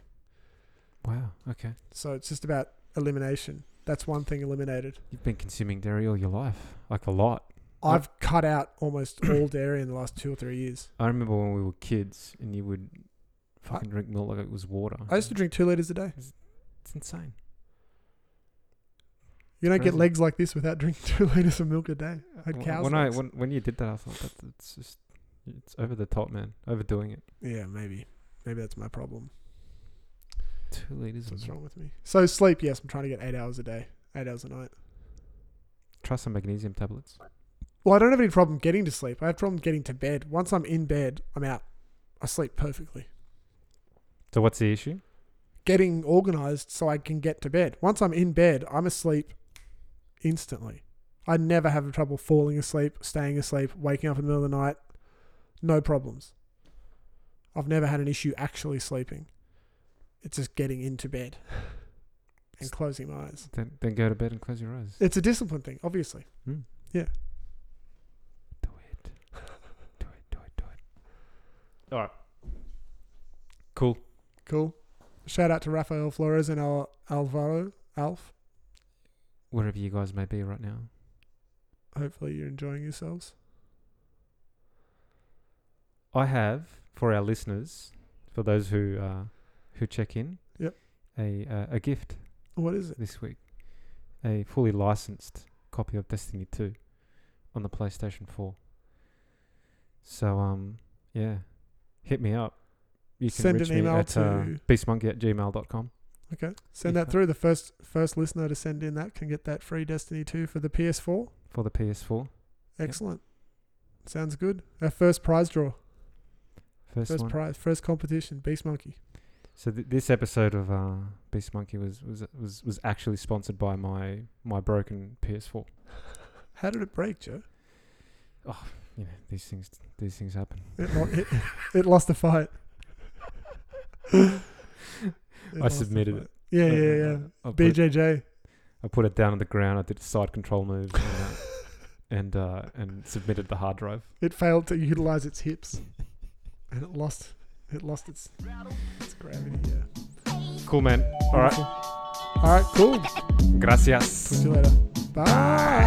Wow. Okay.
So it's just about elimination. That's one thing eliminated.
You've been consuming dairy all your life, like a lot. Yep.
I've cut out almost all dairy in the last two or three years.
I remember when we were kids and you would fucking drink milk like it was water.
I used to drink two liters a day.
It's insane.
You don't get
Crazy.
legs like this without drinking two liters of milk a day. I had
Wh-
cows.
when I
legs.
when, when you did that, I thought that it's just it's over the top, man. Overdoing it.
yeah, maybe, maybe that's my problem.
Two liters.
That's
Of
what's
milk.
wrong with me. So sleep, yes, I'm trying to get eight hours a day, eight hours a night.
Try some magnesium tablets.
Well, I don't have any problem getting to sleep. I have problem getting to bed. Once I'm in bed, I'm out. I sleep perfectly.
So what's the issue?
Getting organized so I can get to bed. Once I'm in bed, I'm asleep instantly. I never have trouble falling asleep, staying asleep, waking up in the middle of the night. No problems. I've never had an issue actually sleeping. It's just getting into bed and closing my eyes.
Then then go to bed and close your eyes.
It's a discipline thing, obviously.
Do it. Do it. Do it. Do it. All right. Cool.
Cool. Shout out to Rafael Flores and Al- Alvaro. Alf,
Wherever you guys may be right now.
hopefully you're enjoying yourselves.
I have for our listeners, for those who uh, who check in,
Yep.
a uh, a gift
What is it?
this week, a fully licensed copy of Destiny Two on the PlayStation Four. So um yeah, hit me up. You can
Send
reach
an
me
email
at uh,
to-
beastmonkey at gmail.com.
Okay. Send
Yeah.
that through. The first first listener to send in that can get that free Destiny 2 for the PS4.
for the PS4.
Excellent. Sounds good. Our first prize draw.
First,
First
one.
prize. First competition. Beast Monkey.
so th- this episode of uh, Beast Monkey was, was was was actually sponsored by my my broken PS4.
How did it break, Joe?
oh, you know, these things these things happen.
It, lo- it, it lost a fight. It
I
lost a
submitted
fight.
it.
Yeah,
Uh,
yeah, yeah.
I put, it,
BJJ.
I put it down on the ground. I did a side control move and, uh, and uh, and submitted the hard drive.
It failed to utilize its hips, and it lost. It lost its its gravity. Yeah.
Cool, man. All right.
All right. Cool.
Gracias.
Talk to you later. Bye.